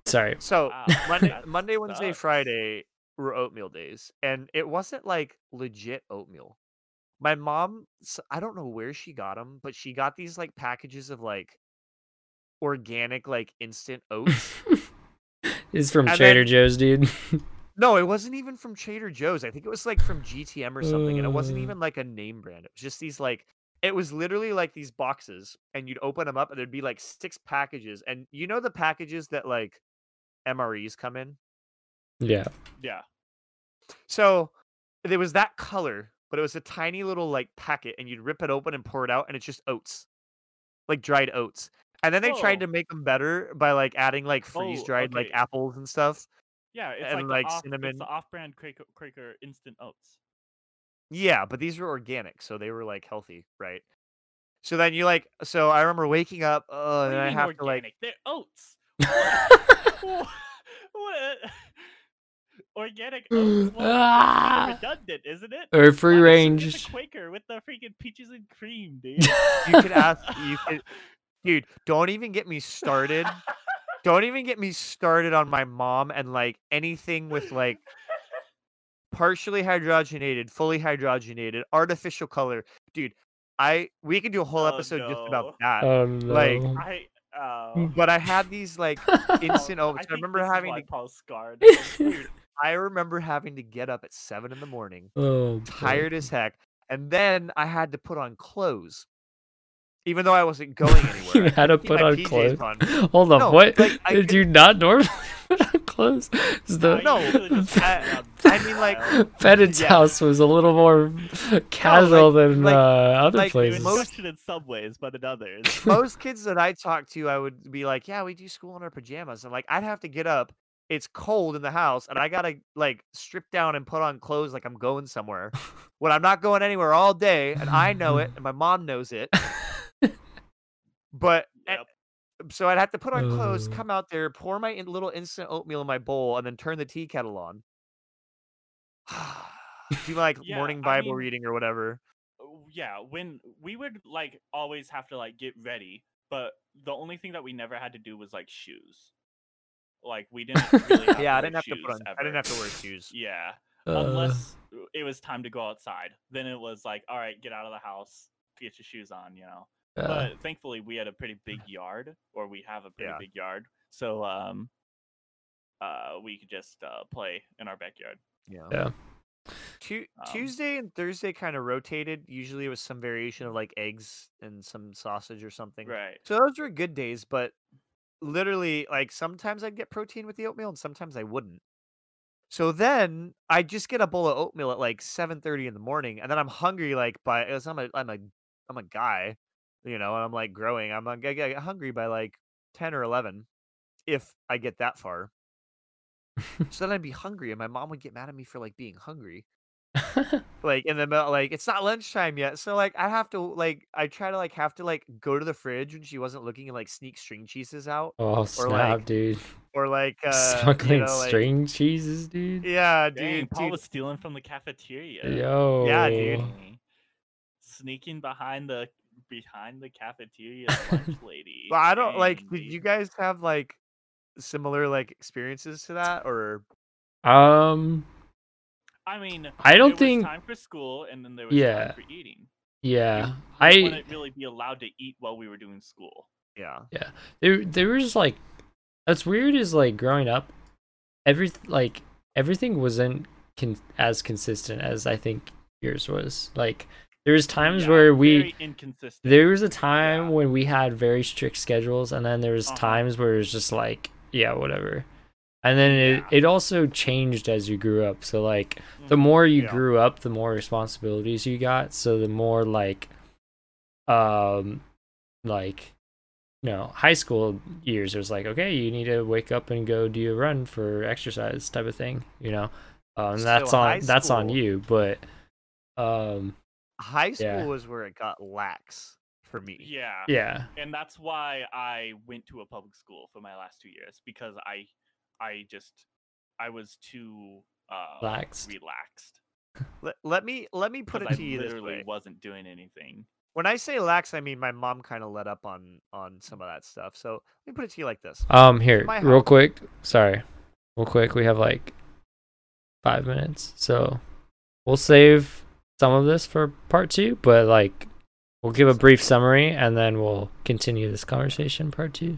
Speaker 2: sorry.
Speaker 1: So uh,
Speaker 3: Wow,
Speaker 1: Monday,
Speaker 3: that
Speaker 1: Monday, Wednesday,
Speaker 3: sucks.
Speaker 1: Friday were oatmeal days, and it wasn't like legit oatmeal. My mom, s- I don't know where she got them, but she got these like packages of like organic, like instant oats.
Speaker 2: It's from
Speaker 1: And
Speaker 2: Trader
Speaker 1: then-
Speaker 2: Joe's, dude.
Speaker 1: No, it wasn't even from Trader Joe's. I think it was like from GTM or something, and it wasn't
Speaker 2: Uh.
Speaker 1: even like a name brand. It was just these like it was literally like these boxes, and you'd open them up, and there'd be like six packages, and you know the packages that like MREs come in.
Speaker 2: yeah.
Speaker 3: Yeah.
Speaker 1: So there was that color, but it was a tiny little like packet, and you'd rip it open and pour it out, and it's just oats, like dried oats. And then they tried
Speaker 3: Whoa.
Speaker 1: to make them better by like adding like freeze dried like
Speaker 3: okay.
Speaker 1: apples and stuff.
Speaker 3: Yeah, it's
Speaker 1: And,
Speaker 3: like,
Speaker 1: like,
Speaker 3: the off,
Speaker 1: cinnamon.
Speaker 3: It's the off-brand Quaker, Quaker instant oats.
Speaker 1: Yeah, but these were organic, so they were like healthy, right? So then you like, so I remember waking up, uh,
Speaker 3: What
Speaker 1: and
Speaker 3: do you
Speaker 1: I
Speaker 3: mean
Speaker 1: have
Speaker 3: organic?
Speaker 1: to like,
Speaker 3: They're oats. what? Organic oats. Well,
Speaker 2: Ah.
Speaker 3: it's kinda redundant, isn't it?
Speaker 2: or free
Speaker 3: Why don't you get
Speaker 2: range.
Speaker 3: The Quaker with the freaking peaches and cream, dude.
Speaker 1: you could ask, you could, dude, don't even get me started. Don't even get me started on my mom and like anything with like partially hydrogenated, fully hydrogenated, artificial color, dude. I we could do a whole
Speaker 3: Oh,
Speaker 1: episode just
Speaker 3: no.
Speaker 1: about that.
Speaker 2: Oh
Speaker 1: like,
Speaker 2: no.
Speaker 3: I. Uh,
Speaker 1: but I had these like instant
Speaker 3: oh,
Speaker 1: oats. I,
Speaker 3: think
Speaker 1: remember
Speaker 3: this is
Speaker 1: having
Speaker 3: why
Speaker 1: to,
Speaker 3: Paul's scarred.
Speaker 1: I remember having to get up at seven in the morning
Speaker 2: oh, boy.
Speaker 1: tired as heck. And then I had to put on clothes, even though I wasn't going anywhere.
Speaker 2: you
Speaker 1: I
Speaker 2: had to
Speaker 1: keep
Speaker 2: put
Speaker 1: my
Speaker 2: on
Speaker 1: PJs
Speaker 2: clothes.
Speaker 1: on.
Speaker 2: Hold on,
Speaker 1: No,
Speaker 2: what?
Speaker 1: like, I
Speaker 2: Did you not normally put on clothes? Is the
Speaker 1: No, I-
Speaker 3: um,
Speaker 1: I mean, like,
Speaker 2: Bennett's
Speaker 1: yeah.
Speaker 2: house was a little more casual than
Speaker 1: like-
Speaker 2: uh, other
Speaker 1: like, it was
Speaker 2: places.
Speaker 1: most-
Speaker 3: most in some ways, but in others.
Speaker 1: Most kids that I talk to, I would be like, "Yeah, we do school in our pajamas." I'm like, I'd have to get up. It's cold in the house, and I gotta like strip down and put on clothes like I'm going somewhere when I'm not going anywhere all day, and I know it, and my mom knows it. But eh,
Speaker 3: Yep.
Speaker 1: so I'd have to put on clothes,
Speaker 2: Oh.
Speaker 1: come out there, pour my in- little instant oatmeal in my bowl, and then turn the tea kettle on. Do like
Speaker 3: Yeah,
Speaker 1: morning
Speaker 3: I
Speaker 1: Bible
Speaker 3: mean,
Speaker 1: reading or whatever.
Speaker 3: w- oh, yeah, when we would like always have to like get ready, but the only thing that we never had to do was like shoes. Like we didn't really have
Speaker 1: Yeah, I
Speaker 3: to wear
Speaker 1: didn't have to put
Speaker 3: shoes
Speaker 1: on. I didn't
Speaker 3: ever.
Speaker 1: have to wear shoes.
Speaker 3: Yeah,
Speaker 2: Uh,
Speaker 3: unless it was time to go outside, then it was like, all right, get out of the house, get your shoes on, you know.
Speaker 2: uh,
Speaker 3: but thankfully, we had a pretty big yard, or we have a pretty
Speaker 1: Yeah.
Speaker 3: big yard, so um, uh, we could just uh, play in our backyard.
Speaker 1: Yeah.
Speaker 2: Yeah.
Speaker 1: Tu-
Speaker 3: Um,
Speaker 1: Tuesday and Thursday kind of rotated. Usually it was some variation of like eggs and some sausage or something.
Speaker 3: Right.
Speaker 1: So those were good days, but literally, like sometimes I'd get protein with the oatmeal and sometimes I wouldn't. So then I just get a bowl of oatmeal at like seven thirty in the morning, and then I'm hungry. Like by as I'm a I'm a I'm a guy, you know, and I'm like growing. I'm like, I get hungry by like ten or eleven, if I get that far. so then I'd be hungry, and my mom would get mad at me for like being hungry like in the middle like it's not lunchtime yet so like i have to like i try to like have to like go to the fridge when she wasn't looking and like sneak string cheeses out
Speaker 2: oh snap, dude!
Speaker 1: or like uh
Speaker 2: Smuggling
Speaker 1: you know, like-
Speaker 2: string cheeses, dude.
Speaker 1: yeah dude,
Speaker 3: Dang, Paul
Speaker 1: dude.
Speaker 3: was stealing from the cafeteria.
Speaker 2: Yo.
Speaker 1: Yeah, dude.
Speaker 3: Dang. Sneaking behind the behind the cafeteria lunch lady.
Speaker 1: but i don't like
Speaker 3: Dang,
Speaker 1: did you
Speaker 3: dude.
Speaker 1: guys have like similar like experiences to that or
Speaker 2: Um.
Speaker 3: I mean,
Speaker 2: I don't
Speaker 3: there
Speaker 2: think-
Speaker 3: was time for school, and then there was
Speaker 2: Yeah.
Speaker 3: time for eating.
Speaker 2: Yeah.
Speaker 3: We
Speaker 2: I.
Speaker 3: wouldn't really be allowed to eat while we were doing school.
Speaker 1: yeah
Speaker 2: there there was like that's weird is like growing up every like everything wasn't con- as consistent as i think yours was like There's times
Speaker 3: Yeah,
Speaker 2: where we
Speaker 3: very inconsistent.
Speaker 2: there was a time
Speaker 3: Yeah.
Speaker 2: when we had very strict schedules and then there was
Speaker 3: Uh-huh.
Speaker 2: times where it was just like yeah whatever and then it,
Speaker 3: Yeah.
Speaker 2: it also changed as you grew up so like the
Speaker 3: Mhm.
Speaker 2: more you
Speaker 1: Yeah.
Speaker 2: grew up the more responsibilities you got so the more like um like you know high school years it was like okay you need to wake up and go do a run for exercise type of thing you know um,
Speaker 1: So
Speaker 2: that's
Speaker 1: high
Speaker 2: on that's on
Speaker 1: school-
Speaker 2: you but um
Speaker 1: High school
Speaker 2: Yeah.
Speaker 1: was where it got lax for me.
Speaker 3: yeah,
Speaker 2: yeah
Speaker 3: and that's why I went to a public school for my last two years because I, I just, I was too uh,
Speaker 2: Relaxed.
Speaker 3: Relaxed.
Speaker 1: Let, let me let me put
Speaker 3: 'cause
Speaker 1: it
Speaker 3: I
Speaker 1: to you this
Speaker 3: literally
Speaker 1: way.
Speaker 3: wasn't doing anything.
Speaker 1: When I say lax, I mean my mom kind of let up on on some of that stuff. So let me put it to you like this.
Speaker 3: Uh,
Speaker 2: Um, here,
Speaker 1: My
Speaker 2: real
Speaker 1: house.
Speaker 2: quick. Sorry, real quick. We have like five minutes, so we'll save some of this for part two. But like, we'll give a brief summary and then we'll continue this conversation part two.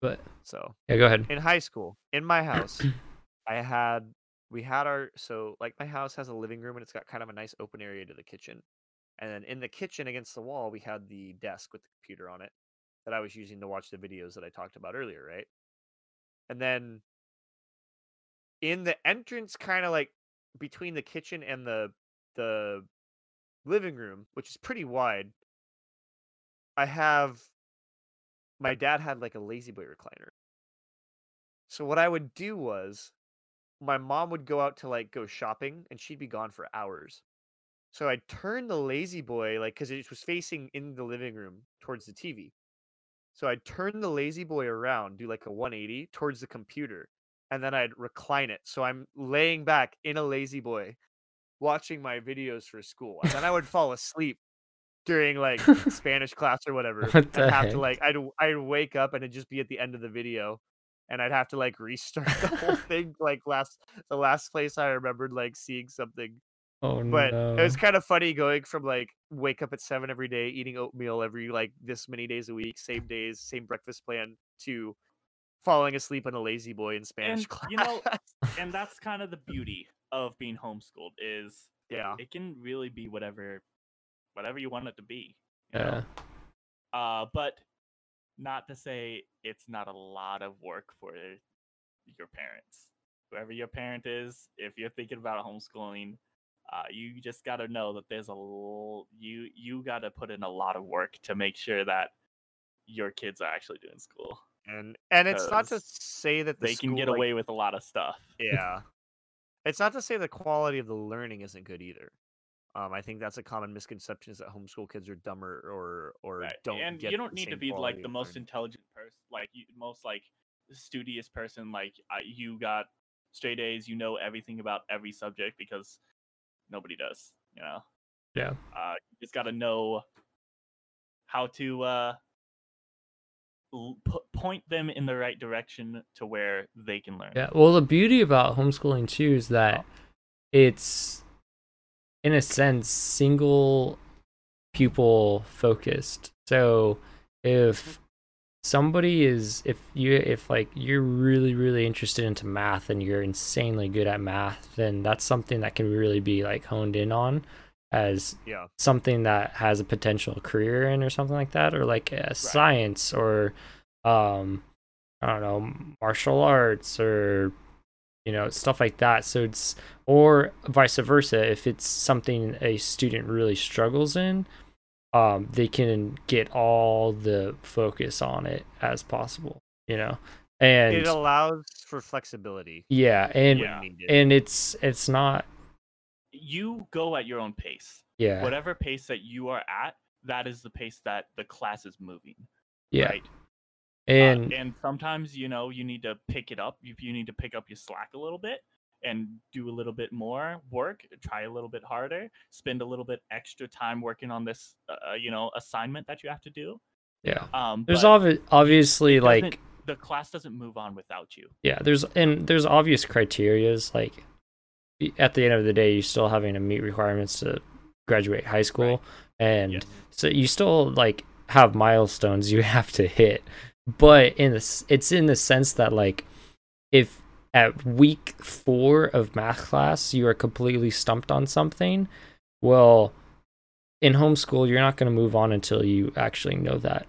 Speaker 2: But
Speaker 1: So
Speaker 2: yeah, go ahead.
Speaker 1: in high school, in my house, I had we had our so like my house has a living room and it's got kind of a nice open area to the kitchen. And then in the kitchen against the wall, we had the desk with the computer on it that I was using to watch the videos that I talked about earlier, right? And then in the entrance kind of like between the kitchen and the the living room, which is pretty wide, I have my dad had like a lazy boy recliner. So what I would do was my mom would go out to like go shopping and she'd be gone for hours. So I'd turn the lazy boy like cuz it was facing in the living room towards the TV. So I'd turn the lazy boy around, do like a 180 towards the computer, and then I'd recline it. So I'm laying back in a lazy boy watching my videos for school. And then I would fall asleep during like Spanish class or whatever.
Speaker 2: What the
Speaker 1: I'd have
Speaker 2: heck?
Speaker 1: to like I'd I'd wake up and it'd just be at the end of the video and I'd have to like restart the whole thing. Like last, the last place I remembered like seeing something,
Speaker 2: Oh
Speaker 1: but
Speaker 2: no.
Speaker 1: it was kind of funny going from like wake up at seven every day, eating oatmeal every like this many days a week, same days, same breakfast plan, to falling asleep on a lazy boy in Spanish
Speaker 3: And,
Speaker 1: class.
Speaker 3: you know, and that's kind of the beauty of being homeschooled is
Speaker 1: yeah,
Speaker 3: it can really be whatever, whatever you want it to be. you know?
Speaker 2: yeah.
Speaker 3: Uh, but not to say it's not a lot of work for your parents. Whoever your parent is, if you're thinking about homeschooling, uh, you just got to know that there's a l- you you got to put in a lot of work to make sure that your kids are actually doing school.
Speaker 1: and and it's not to
Speaker 3: because
Speaker 1: say that the
Speaker 3: they can get
Speaker 1: school, like-
Speaker 3: away with a lot of stuff.
Speaker 1: Yeah. It's not to say the quality of the learning isn't good either. Um, I think that's a common misconception is that homeschool kids are dumber or or
Speaker 3: Right.
Speaker 1: don't.
Speaker 3: and
Speaker 1: get
Speaker 3: you don't
Speaker 1: the
Speaker 3: need to
Speaker 1: same
Speaker 3: be
Speaker 1: quality
Speaker 3: like the
Speaker 1: of
Speaker 3: most
Speaker 1: learning.
Speaker 3: intelligent person like you, most like studious person like I, you got straight a's you know everything about every subject because nobody does you know
Speaker 2: Yeah.
Speaker 3: uh, you just got to know how to uh, l- po- point them in the right direction to where they can learn
Speaker 2: Yeah. Well, the beauty about homeschooling too is that it's, in a sense, single pupil focused. So if somebody is, if you, if like you're really, really interested into math and you're insanely good at math, then that's something that can really be like honed in on as
Speaker 1: Yeah.
Speaker 2: something that has a potential career in or something like that or like a science or um i don't know martial arts or you know stuff like that so it's or vice versa if it's something a student really struggles in um they can get all the focus on it as possible you know and
Speaker 1: it allows for flexibility.
Speaker 2: yeah and
Speaker 1: when
Speaker 3: Yeah.
Speaker 1: needed.
Speaker 2: and it's it's not
Speaker 3: you go at your own pace
Speaker 2: yeah
Speaker 3: whatever pace that you are at that is the pace that the class is moving
Speaker 2: yeah
Speaker 3: right Uh,
Speaker 2: and
Speaker 3: and sometimes you know you need to pick it up you, you need to pick up your slack a little bit and do a little bit more work try a little bit harder spend a little bit extra time working on this uh, you know assignment that you have to do
Speaker 2: yeah
Speaker 3: um
Speaker 2: there's
Speaker 3: but
Speaker 2: obvi- obviously
Speaker 3: it
Speaker 2: like
Speaker 3: doesn't- the class doesn't move on without you
Speaker 2: yeah there's and there's obvious criterias like y- at the end of the day you're still having to meet requirements to graduate high school and
Speaker 3: Yes.
Speaker 2: so you still like have milestones you have to hit but in this it's in the sense that like if at week four of math class you are completely stumped on something well in homeschool, you're not going to move on until you actually know that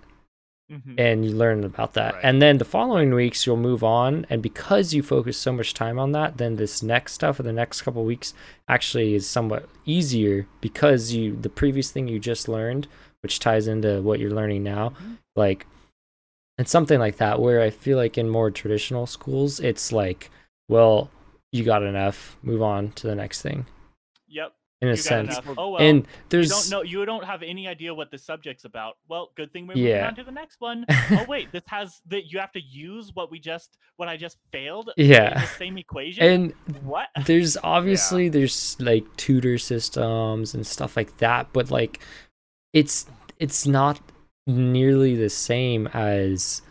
Speaker 3: Mhm.
Speaker 2: and you learn about that.
Speaker 1: Right.
Speaker 2: And then the following weeks, you'll move on. And because you focus so much time on that, then this next stuff or the next couple weeks actually is somewhat easier because you the previous thing you just learned, which ties into what you're learning now,
Speaker 3: Mm-hmm.
Speaker 2: like it's something like that where I feel like in more traditional schools, it's like, well, you got enough, move on to the next thing.
Speaker 3: Yep.
Speaker 2: In a
Speaker 3: You got
Speaker 2: sense,
Speaker 3: enough. Oh well.
Speaker 2: and
Speaker 3: you
Speaker 2: there's
Speaker 3: don't know. You don't have any idea what the subject's about. Well, good thing we're moving
Speaker 2: Yeah.
Speaker 3: on to the next one. oh wait, this has that. You have to use what we just what I just failed. in
Speaker 2: Yeah.
Speaker 3: The same equation.
Speaker 2: and
Speaker 3: what?
Speaker 2: there's obviously there's like tutor systems and stuff like that but like it's it's not nearly the same as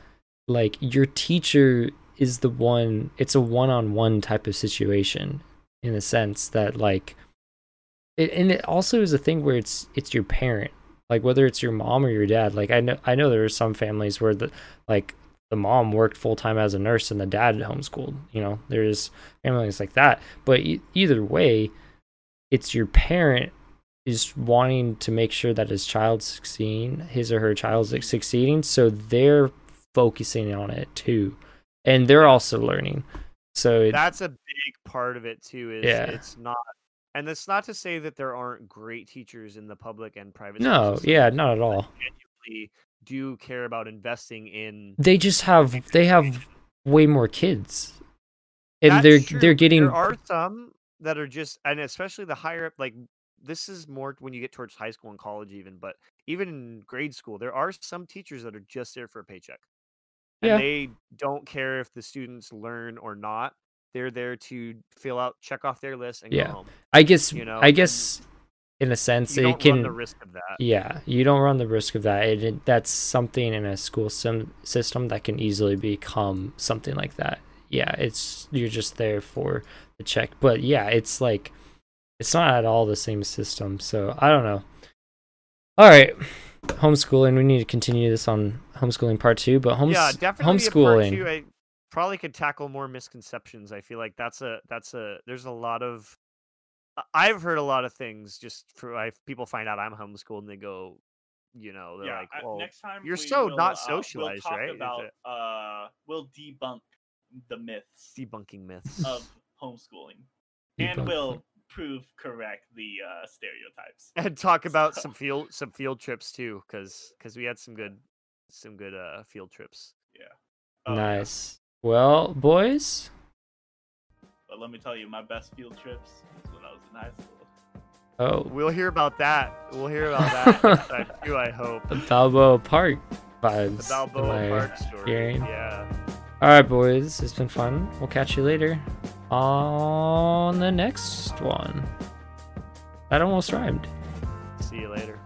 Speaker 2: like your teacher is the one it's a one-on-one type of situation in a sense that like it, and it also is a thing where it's it's your parent like whether it's your mom or your dad like i know i know there are some families where the like the mom worked full-time as a nurse and the dad homeschooled you know there's families like that but e- either way it's your parent is wanting to make sure that his child's succeeding his or her child's succeeding so they're focusing on it too and they're also learning so it,
Speaker 1: that's a big part of it too is
Speaker 2: Yeah.
Speaker 1: it's not and that's not to say that there aren't great teachers in the public and private school
Speaker 2: no
Speaker 1: system
Speaker 2: yeah
Speaker 1: that
Speaker 2: not at all
Speaker 1: genuinely do care about investing in
Speaker 2: they just have they have way more kids and
Speaker 1: That's
Speaker 2: they're
Speaker 1: true.
Speaker 2: they're getting
Speaker 1: there are some that are just and especially the higher up like this is more when you get towards high school and college even but even in grade school there are some teachers that are just there for a paycheck and
Speaker 2: Yeah.
Speaker 1: they don't care if the students learn or not they're there to fill out check off their list and
Speaker 2: Yeah.
Speaker 1: go home
Speaker 2: i guess
Speaker 1: you know,
Speaker 2: i guess in a sense
Speaker 1: you
Speaker 2: it
Speaker 1: don't run
Speaker 2: can
Speaker 1: the risk of that
Speaker 2: yeah you don't run the risk of that it, it- that's something in a school sim- system that can easily become something like that yeah it's you're just there for the check but yeah it's like it's not at all the same system so i don't know all right homeschooling we need to continue this on homeschooling part two but homes-
Speaker 1: yeah, definitely a part
Speaker 2: homeschooling
Speaker 1: two, I probably could tackle more misconceptions. I feel like that's a that's a there's a lot of I- I've heard a lot of things just for I, people find out I'm homeschooled and they go, you know, they're
Speaker 3: yeah.
Speaker 1: like,
Speaker 3: I-
Speaker 1: well,
Speaker 3: next time
Speaker 1: you're
Speaker 3: we
Speaker 1: so
Speaker 3: will,
Speaker 1: not
Speaker 3: uh,
Speaker 1: socialized,
Speaker 3: we'll talk
Speaker 1: right? Is
Speaker 3: About, uh, we'll debunk the myths
Speaker 1: debunking myths.
Speaker 3: of homeschooling, and
Speaker 2: Debunk
Speaker 3: we'll
Speaker 2: them.
Speaker 3: prove correct the uh, stereotypes.
Speaker 1: and talk about
Speaker 3: So-
Speaker 1: some field some field trips too, because we had some good some good uh field trips.
Speaker 3: Oh, yeah.
Speaker 2: nice well boys
Speaker 3: But let me tell you, my best field trips was when I was in high school.
Speaker 2: oh
Speaker 1: We'll hear about that. We'll hear about that next time too. I hope
Speaker 2: the balboa park
Speaker 1: the
Speaker 2: vibes am
Speaker 1: Balboa
Speaker 2: I-
Speaker 1: Park story.
Speaker 2: hearing?
Speaker 1: Yeah.
Speaker 2: All right, boys, it's been fun. We'll catch you later on the next one. That almost rhymed.
Speaker 1: See you later.